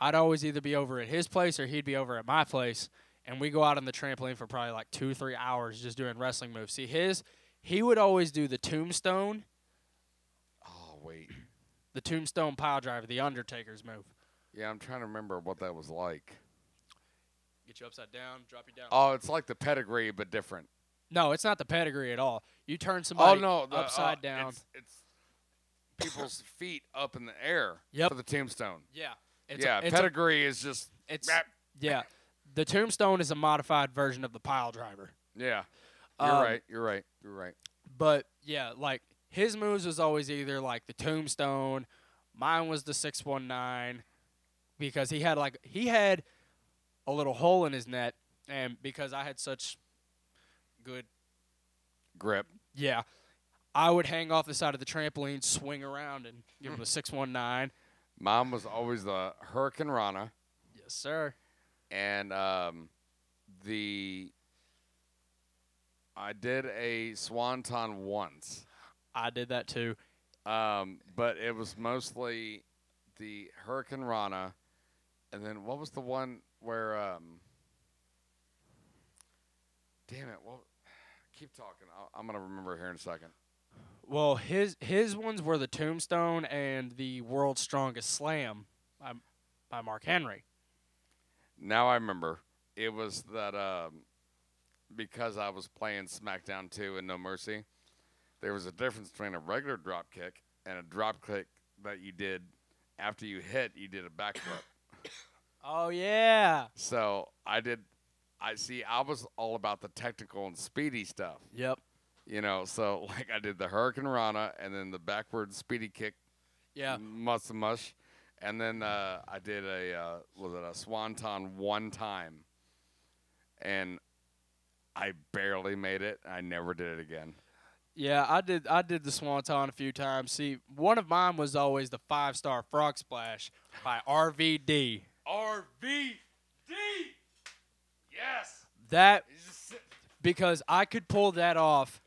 I'd always either be over at his place or he'd be over at my place, and we go out on the trampoline for probably like two, three hours just doing wrestling moves. See his, he would always do the tombstone, Oh wait, the tombstone pile driver, the Undertaker's move. yeah, I'm trying to remember what that was like. Get you upside down, drop you down. Oh, it's like the pedigree, but different. No, it's not the pedigree at all. You turn somebody no, the, uh, upside down. it's- People's feet up in the air Yep. for the tombstone. Yeah, it's a- yeah. it's a- pedigree is just it's yeah. The tombstone is a modified version of the pile driver. yeah. You're Um, right. You're right. You're right. But yeah, like his moves was always either like the tombstone, mine was the six one nine, because he had like he had a little hole in his net, and because I had such good Grip. yeah, I would hang off the side of the trampoline, swing around, and give him a six one nine. Mom was always the Hurricane Rana. Yes, sir. And um, the I did a swanton once. I did that too. Um, but it was mostly the Hurricane Rana, and then what was the one where? Um, damn it! Well, keep talking. i I'm gonna remember here in a second. Well, his his ones were the Tombstone and the World's Strongest Slam by, by Mark Henry. Now I remember. It was that um, because I was playing SmackDown 2 and No Mercy, there was a difference between a regular drop kick and a drop kick that you did after you hit, you did a backflip. Oh yeah. so I did, I see, I was all about the technical and speedy stuff. Yep. You know, so like I did the Hurricane Rana and then the backward speedy kick. Yeah. Must mush. And then uh, I did a, uh, was it a swanton one time? And I barely made it. I never did it again. Yeah, I did. I did the swanton a few times. See, one of mine was always the five star frog splash by RVD. RVD. Yes. That because I could pull that off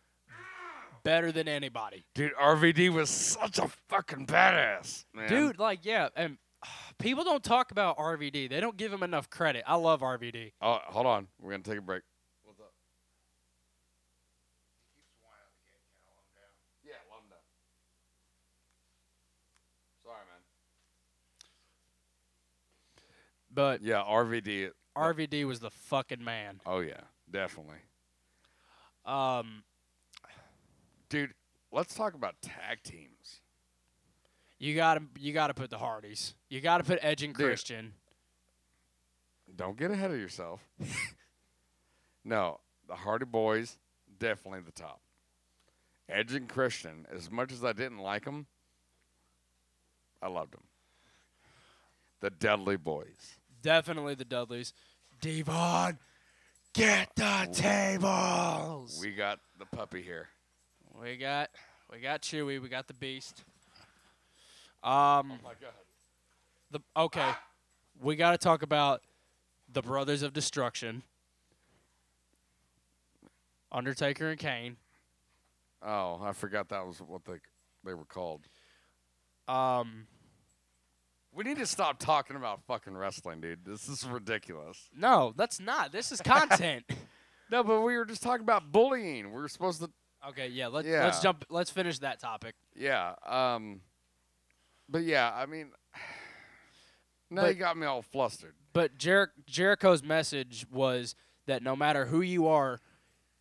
better than anybody. Dude, RVD was such a fucking badass, man. Dude, like yeah, and people don't talk about RVD. They don't give him enough credit. I love RVD. Oh, hold on. We're gonna take a break. But yeah, RVD. RVD was the fucking man. Oh yeah, definitely. Um, dude, let's talk about tag teams. You gotta, you gotta put the Hardys. You gotta put Edge and Dude. Christian. Don't get ahead of yourself. no, the Hardy Boys definitely the top. Edge and Christian, as much as I didn't like them, I loved them. The Dudley Boys. Definitely the Dudleys. Devon, get the tables. We got the puppy here. We got, we got Chewy. We got the Beast. Um, Oh my god. the okay, we got to talk about the Brothers of Destruction, Undertaker and Kane. Oh, I forgot that was what they they were called. Um, we need to stop talking about fucking wrestling, dude. This is ridiculous. No, that's not. This is content. no, but we were just talking about bullying. We were supposed to. Okay, yeah, let, Yeah. let's jump. Let's finish that topic. Yeah. Um. But yeah, I mean, now you But- got me all flustered. But Jer- Jericho's message was that no matter who you are,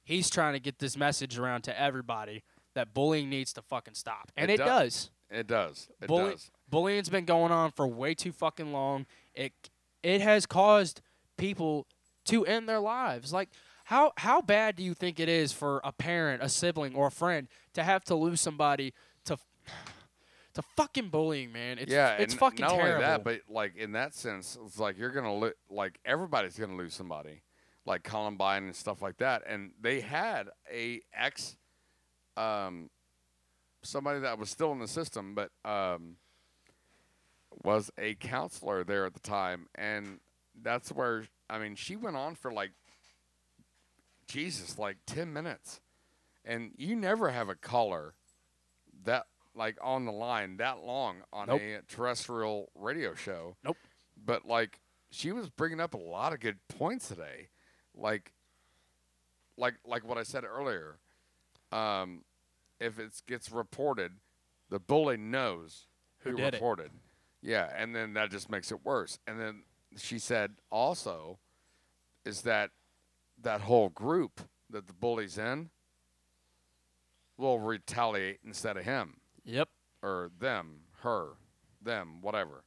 he's trying to get this message around to everybody that bullying needs to fucking stop, and it, do- does. It does. It Bully- does. Bullying's been going on for way too fucking long. It it has caused people to end their lives. Like how how bad do you think it is for a parent, a sibling, or a friend to have to lose somebody to to fucking bullying, man? It's yeah, it's and fucking not terrible. only that, but like in that sense, it's like you're gonna lo- like everybody's gonna lose somebody, like Columbine and stuff like that. And they had a ex, um, somebody that was still in the system, but um, was a counselor there at the time, and that's where I mean she went on for like Jesus, like ten minutes, and you never have a caller that like on the line that long on Nope. a terrestrial radio show. Nope. But like she was bringing up a lot of good points today, like like like what I said earlier. Um, if it gets reported, the bully knows Who who, did it. reported. Yeah, and then that just makes it worse. And then she said also is that that whole group that the bully's in will retaliate instead of him. Yep. Or them, her, them, whatever.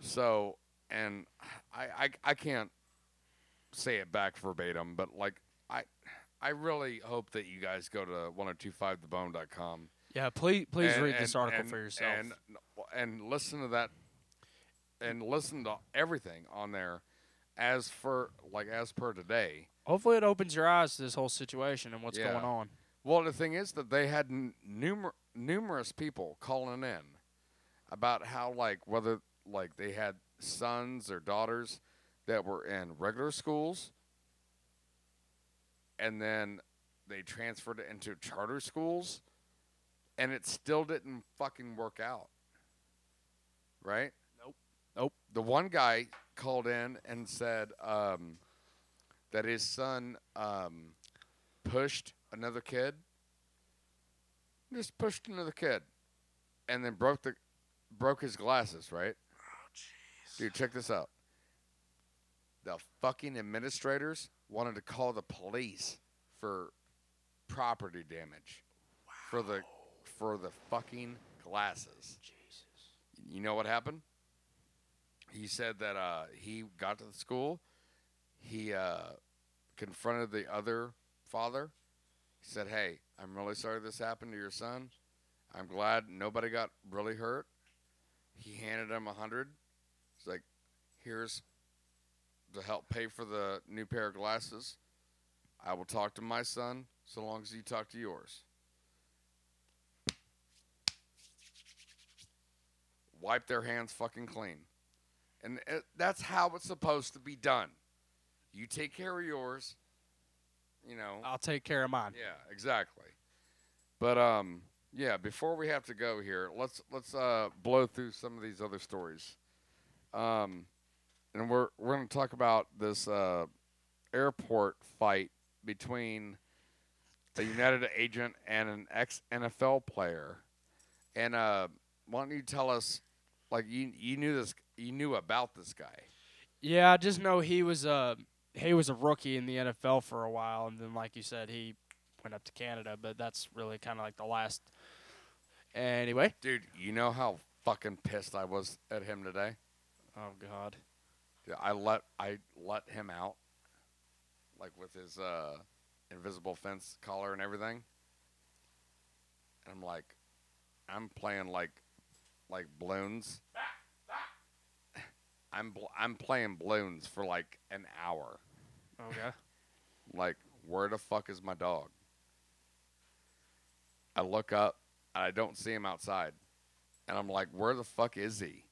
So, and I, I, I can't say it back verbatim, but like, I, I really hope that you guys go to 1025thebone.com. yeah, please please and- read this and- article and- for yourself. And, and listen to that and listen to everything on there as for like as per today. Hopefully, it opens your eyes to this whole situation and what's Yeah. going on. Well, the thing is that they had n- numer- numerous people calling in about how, like, whether like they had sons or daughters that were in regular schools, and then they transferred it into charter schools, and it still didn't fucking work out. Right? Nope. Nope. The one guy called in and said um, that his son um, pushed another kid. Just pushed another kid, and then broke the broke his glasses. Right? Oh, jeez. Dude, check this out. The fucking administrators wanted to call the police for property damage for the for the fucking glasses. Jesus. You know what happened? He said that uh, he got to the school. He uh, confronted the other father. He said, "Hey, I'm really sorry this happened to your son. I'm glad nobody got really hurt." He handed him a hundred. He's like, "Here's to help pay for the new pair of glasses." I will talk to my son so long as you talk to yours. Wipe their hands fucking clean. And it, that's how it's supposed to be done. You take care of yours, you know. I'll take care of mine. Yeah, exactly. But um yeah, before we have to go here, let's let's uh blow through some of these other stories. Um and we're we're going to talk about this uh airport fight between a United agent and an ex NFL player. And uh, why don't you tell us, like you you knew this, you knew about this guy. Yeah, I just know he was a he was a rookie in the NFL for a while, and then like you said, he went up to Canada. But that's really kind of like the last. Anyway, dude, you know how fucking pissed I was at him today. Oh God. Yeah, I let I let him out, like with his uh, invisible fence collar and everything. And I'm like, I'm playing like, like balloons. I'm bl- I'm playing balloons for like an hour. Okay. like, where the fuck is my dog? I look up, and I don't see him outside, and I'm like, where the fuck is he?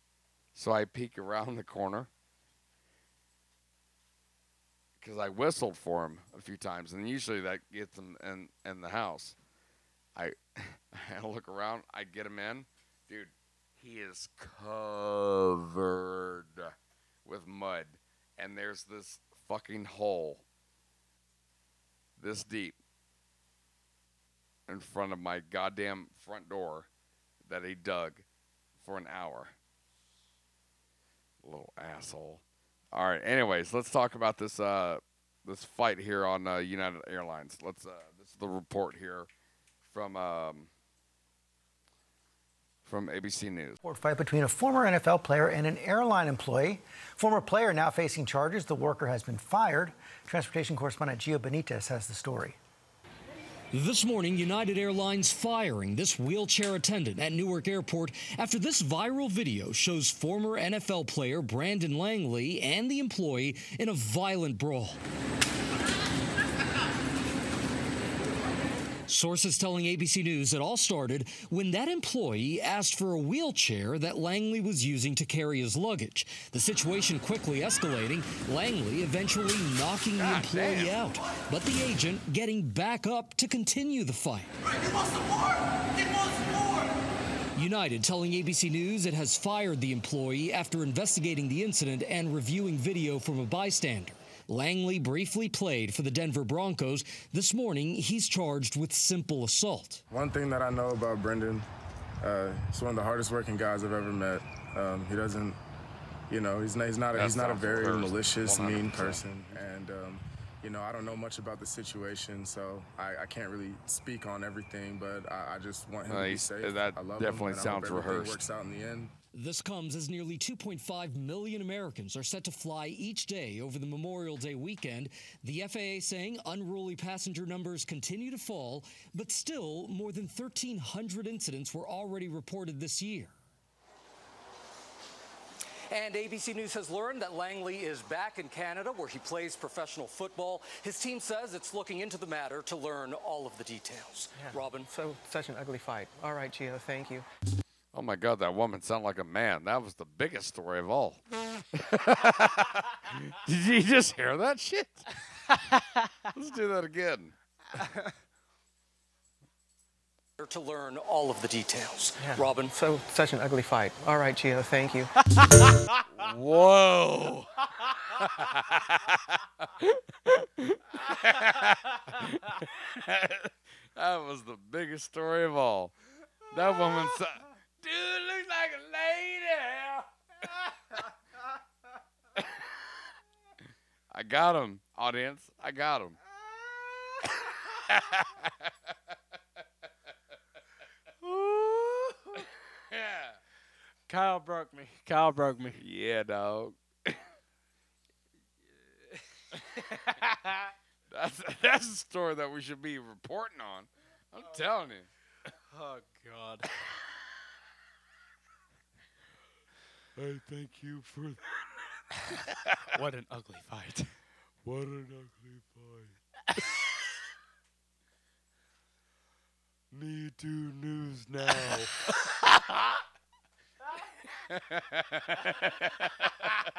So I peek around the corner because I whistled for him a few times, and usually that gets him in in the house. I I look around, I get him in, dude. He is covered with mud, and there's this fucking hole this deep in front of my goddamn front door that he dug for an hour. Little asshole. All right. Anyways, let's talk about this uh, this fight here on uh, United Airlines. Let's. Uh, this is the report here from um, from ABC News. Court fight between a former NFL player and an airline employee. Former player now facing charges. The worker has been fired. Transportation correspondent Gio Benitez has the story. This morning, United Airlines firing this wheelchair attendant at Newark Airport after this viral video shows former NFL player Brandon Langley and the employee in a violent brawl. Sources telling ABC News it all started when that employee asked for a wheelchair that Langley was using to carry his luggage. The situation quickly escalating, Langley eventually knocking the employee out, but the agent getting back up to continue the fight. Oh, United telling ABC News it has fired the employee after investigating the incident and reviewing video from a bystander. Langley briefly played for the Denver Broncos. This morning, he's charged with simple assault. One thing that I know about Brendan, uh, he's one of the hardest working guys I've ever met. Um, he doesn't, you know, he's not, he's not, a- That he's not a sounds very cursed, malicious, mean 100%. person. And, um, you know, I don't know much about the situation, so I, I can't really speak on everything, but I, I just want him Uh, to be he's- safe. that I love definitely him, and I hope sounds everything rehearsed. works out in the end. This comes as nearly 2.5 million Americans are set to fly each day over the Memorial Day weekend. The FAA saying unruly passenger numbers continue to fall, but still, more than 1,300 incidents were already reported this year. And ABC News has learned that Langley is back in Canada where he plays professional football. His team says it's looking into the matter to learn all of the details. Robin. So, such an ugly fight. All right, Gio, thank you. Oh my God, that woman sounded like a man. That was the biggest story of all. Did you just hear that shit? Let's do that again. To learn all of the details. Robin. So, such an ugly fight. All right, Gio, thank you. Whoa. that was the biggest story of all. That woman. So- Dude looks like a lady. I got him, audience. I got him. Kyle broke me. Kyle broke me. Yeah, dog. that's that's a story that we should be reporting on. I'm telling you. Oh God. I thank you for what an ugly fight. what an ugly fight. Me Too News now.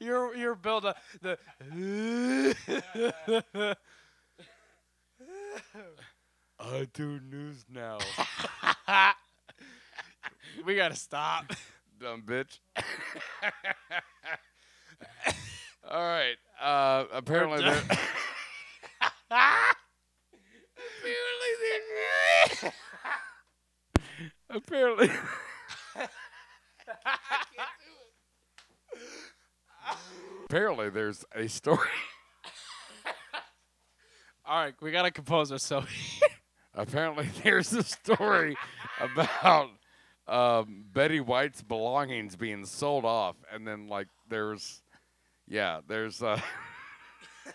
your your build up the I do news now. we gotta stop. Dumb bitch. All right. Uh, apparently, done. there, apparently, apparently, there's a story. All right, we gotta compose ourselves. apparently, there's a story about um, Betty White's belongings being sold off, and then like there's, yeah, there's. Uh,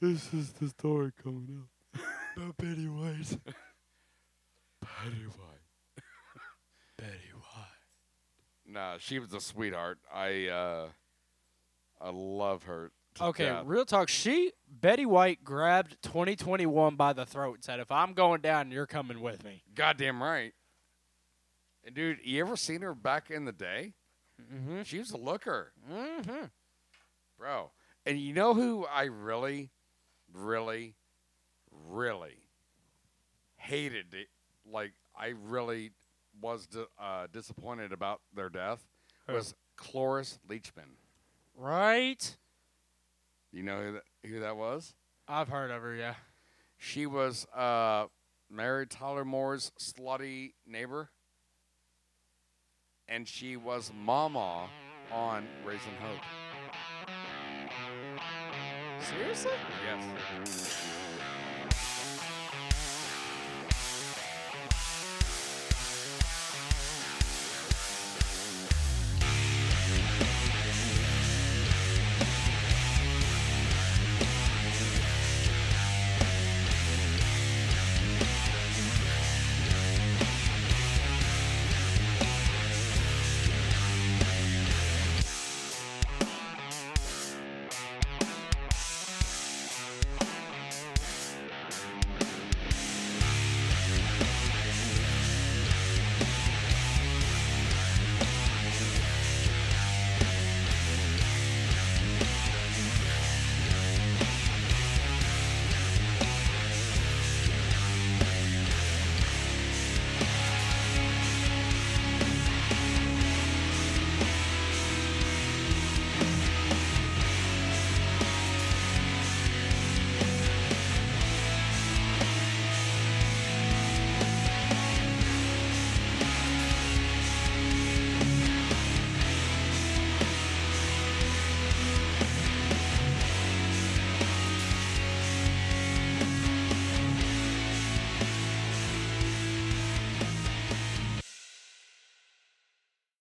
This is the story coming up. About Betty White. Betty White. Betty White. Nah, she was a sweetheart. I uh I love her. to Okay, death. real talk. She Betty White grabbed 2021 by the throat and said, "If I'm going down, you're coming with me." Goddamn right. And dude, you ever seen her back in the day? Mm-hmm. She was a looker, Mm-hmm. bro. And you know who I really, really, really hated it. Like I really was di- uh, disappointed about their death Who? was Cloris Leachman. Right. You know who that, who that was? I've heard of her. Yeah. She was uh, Mary Tyler Moore's slutty neighbor, and she was Mama on Raising Hope. Seriously? Yes.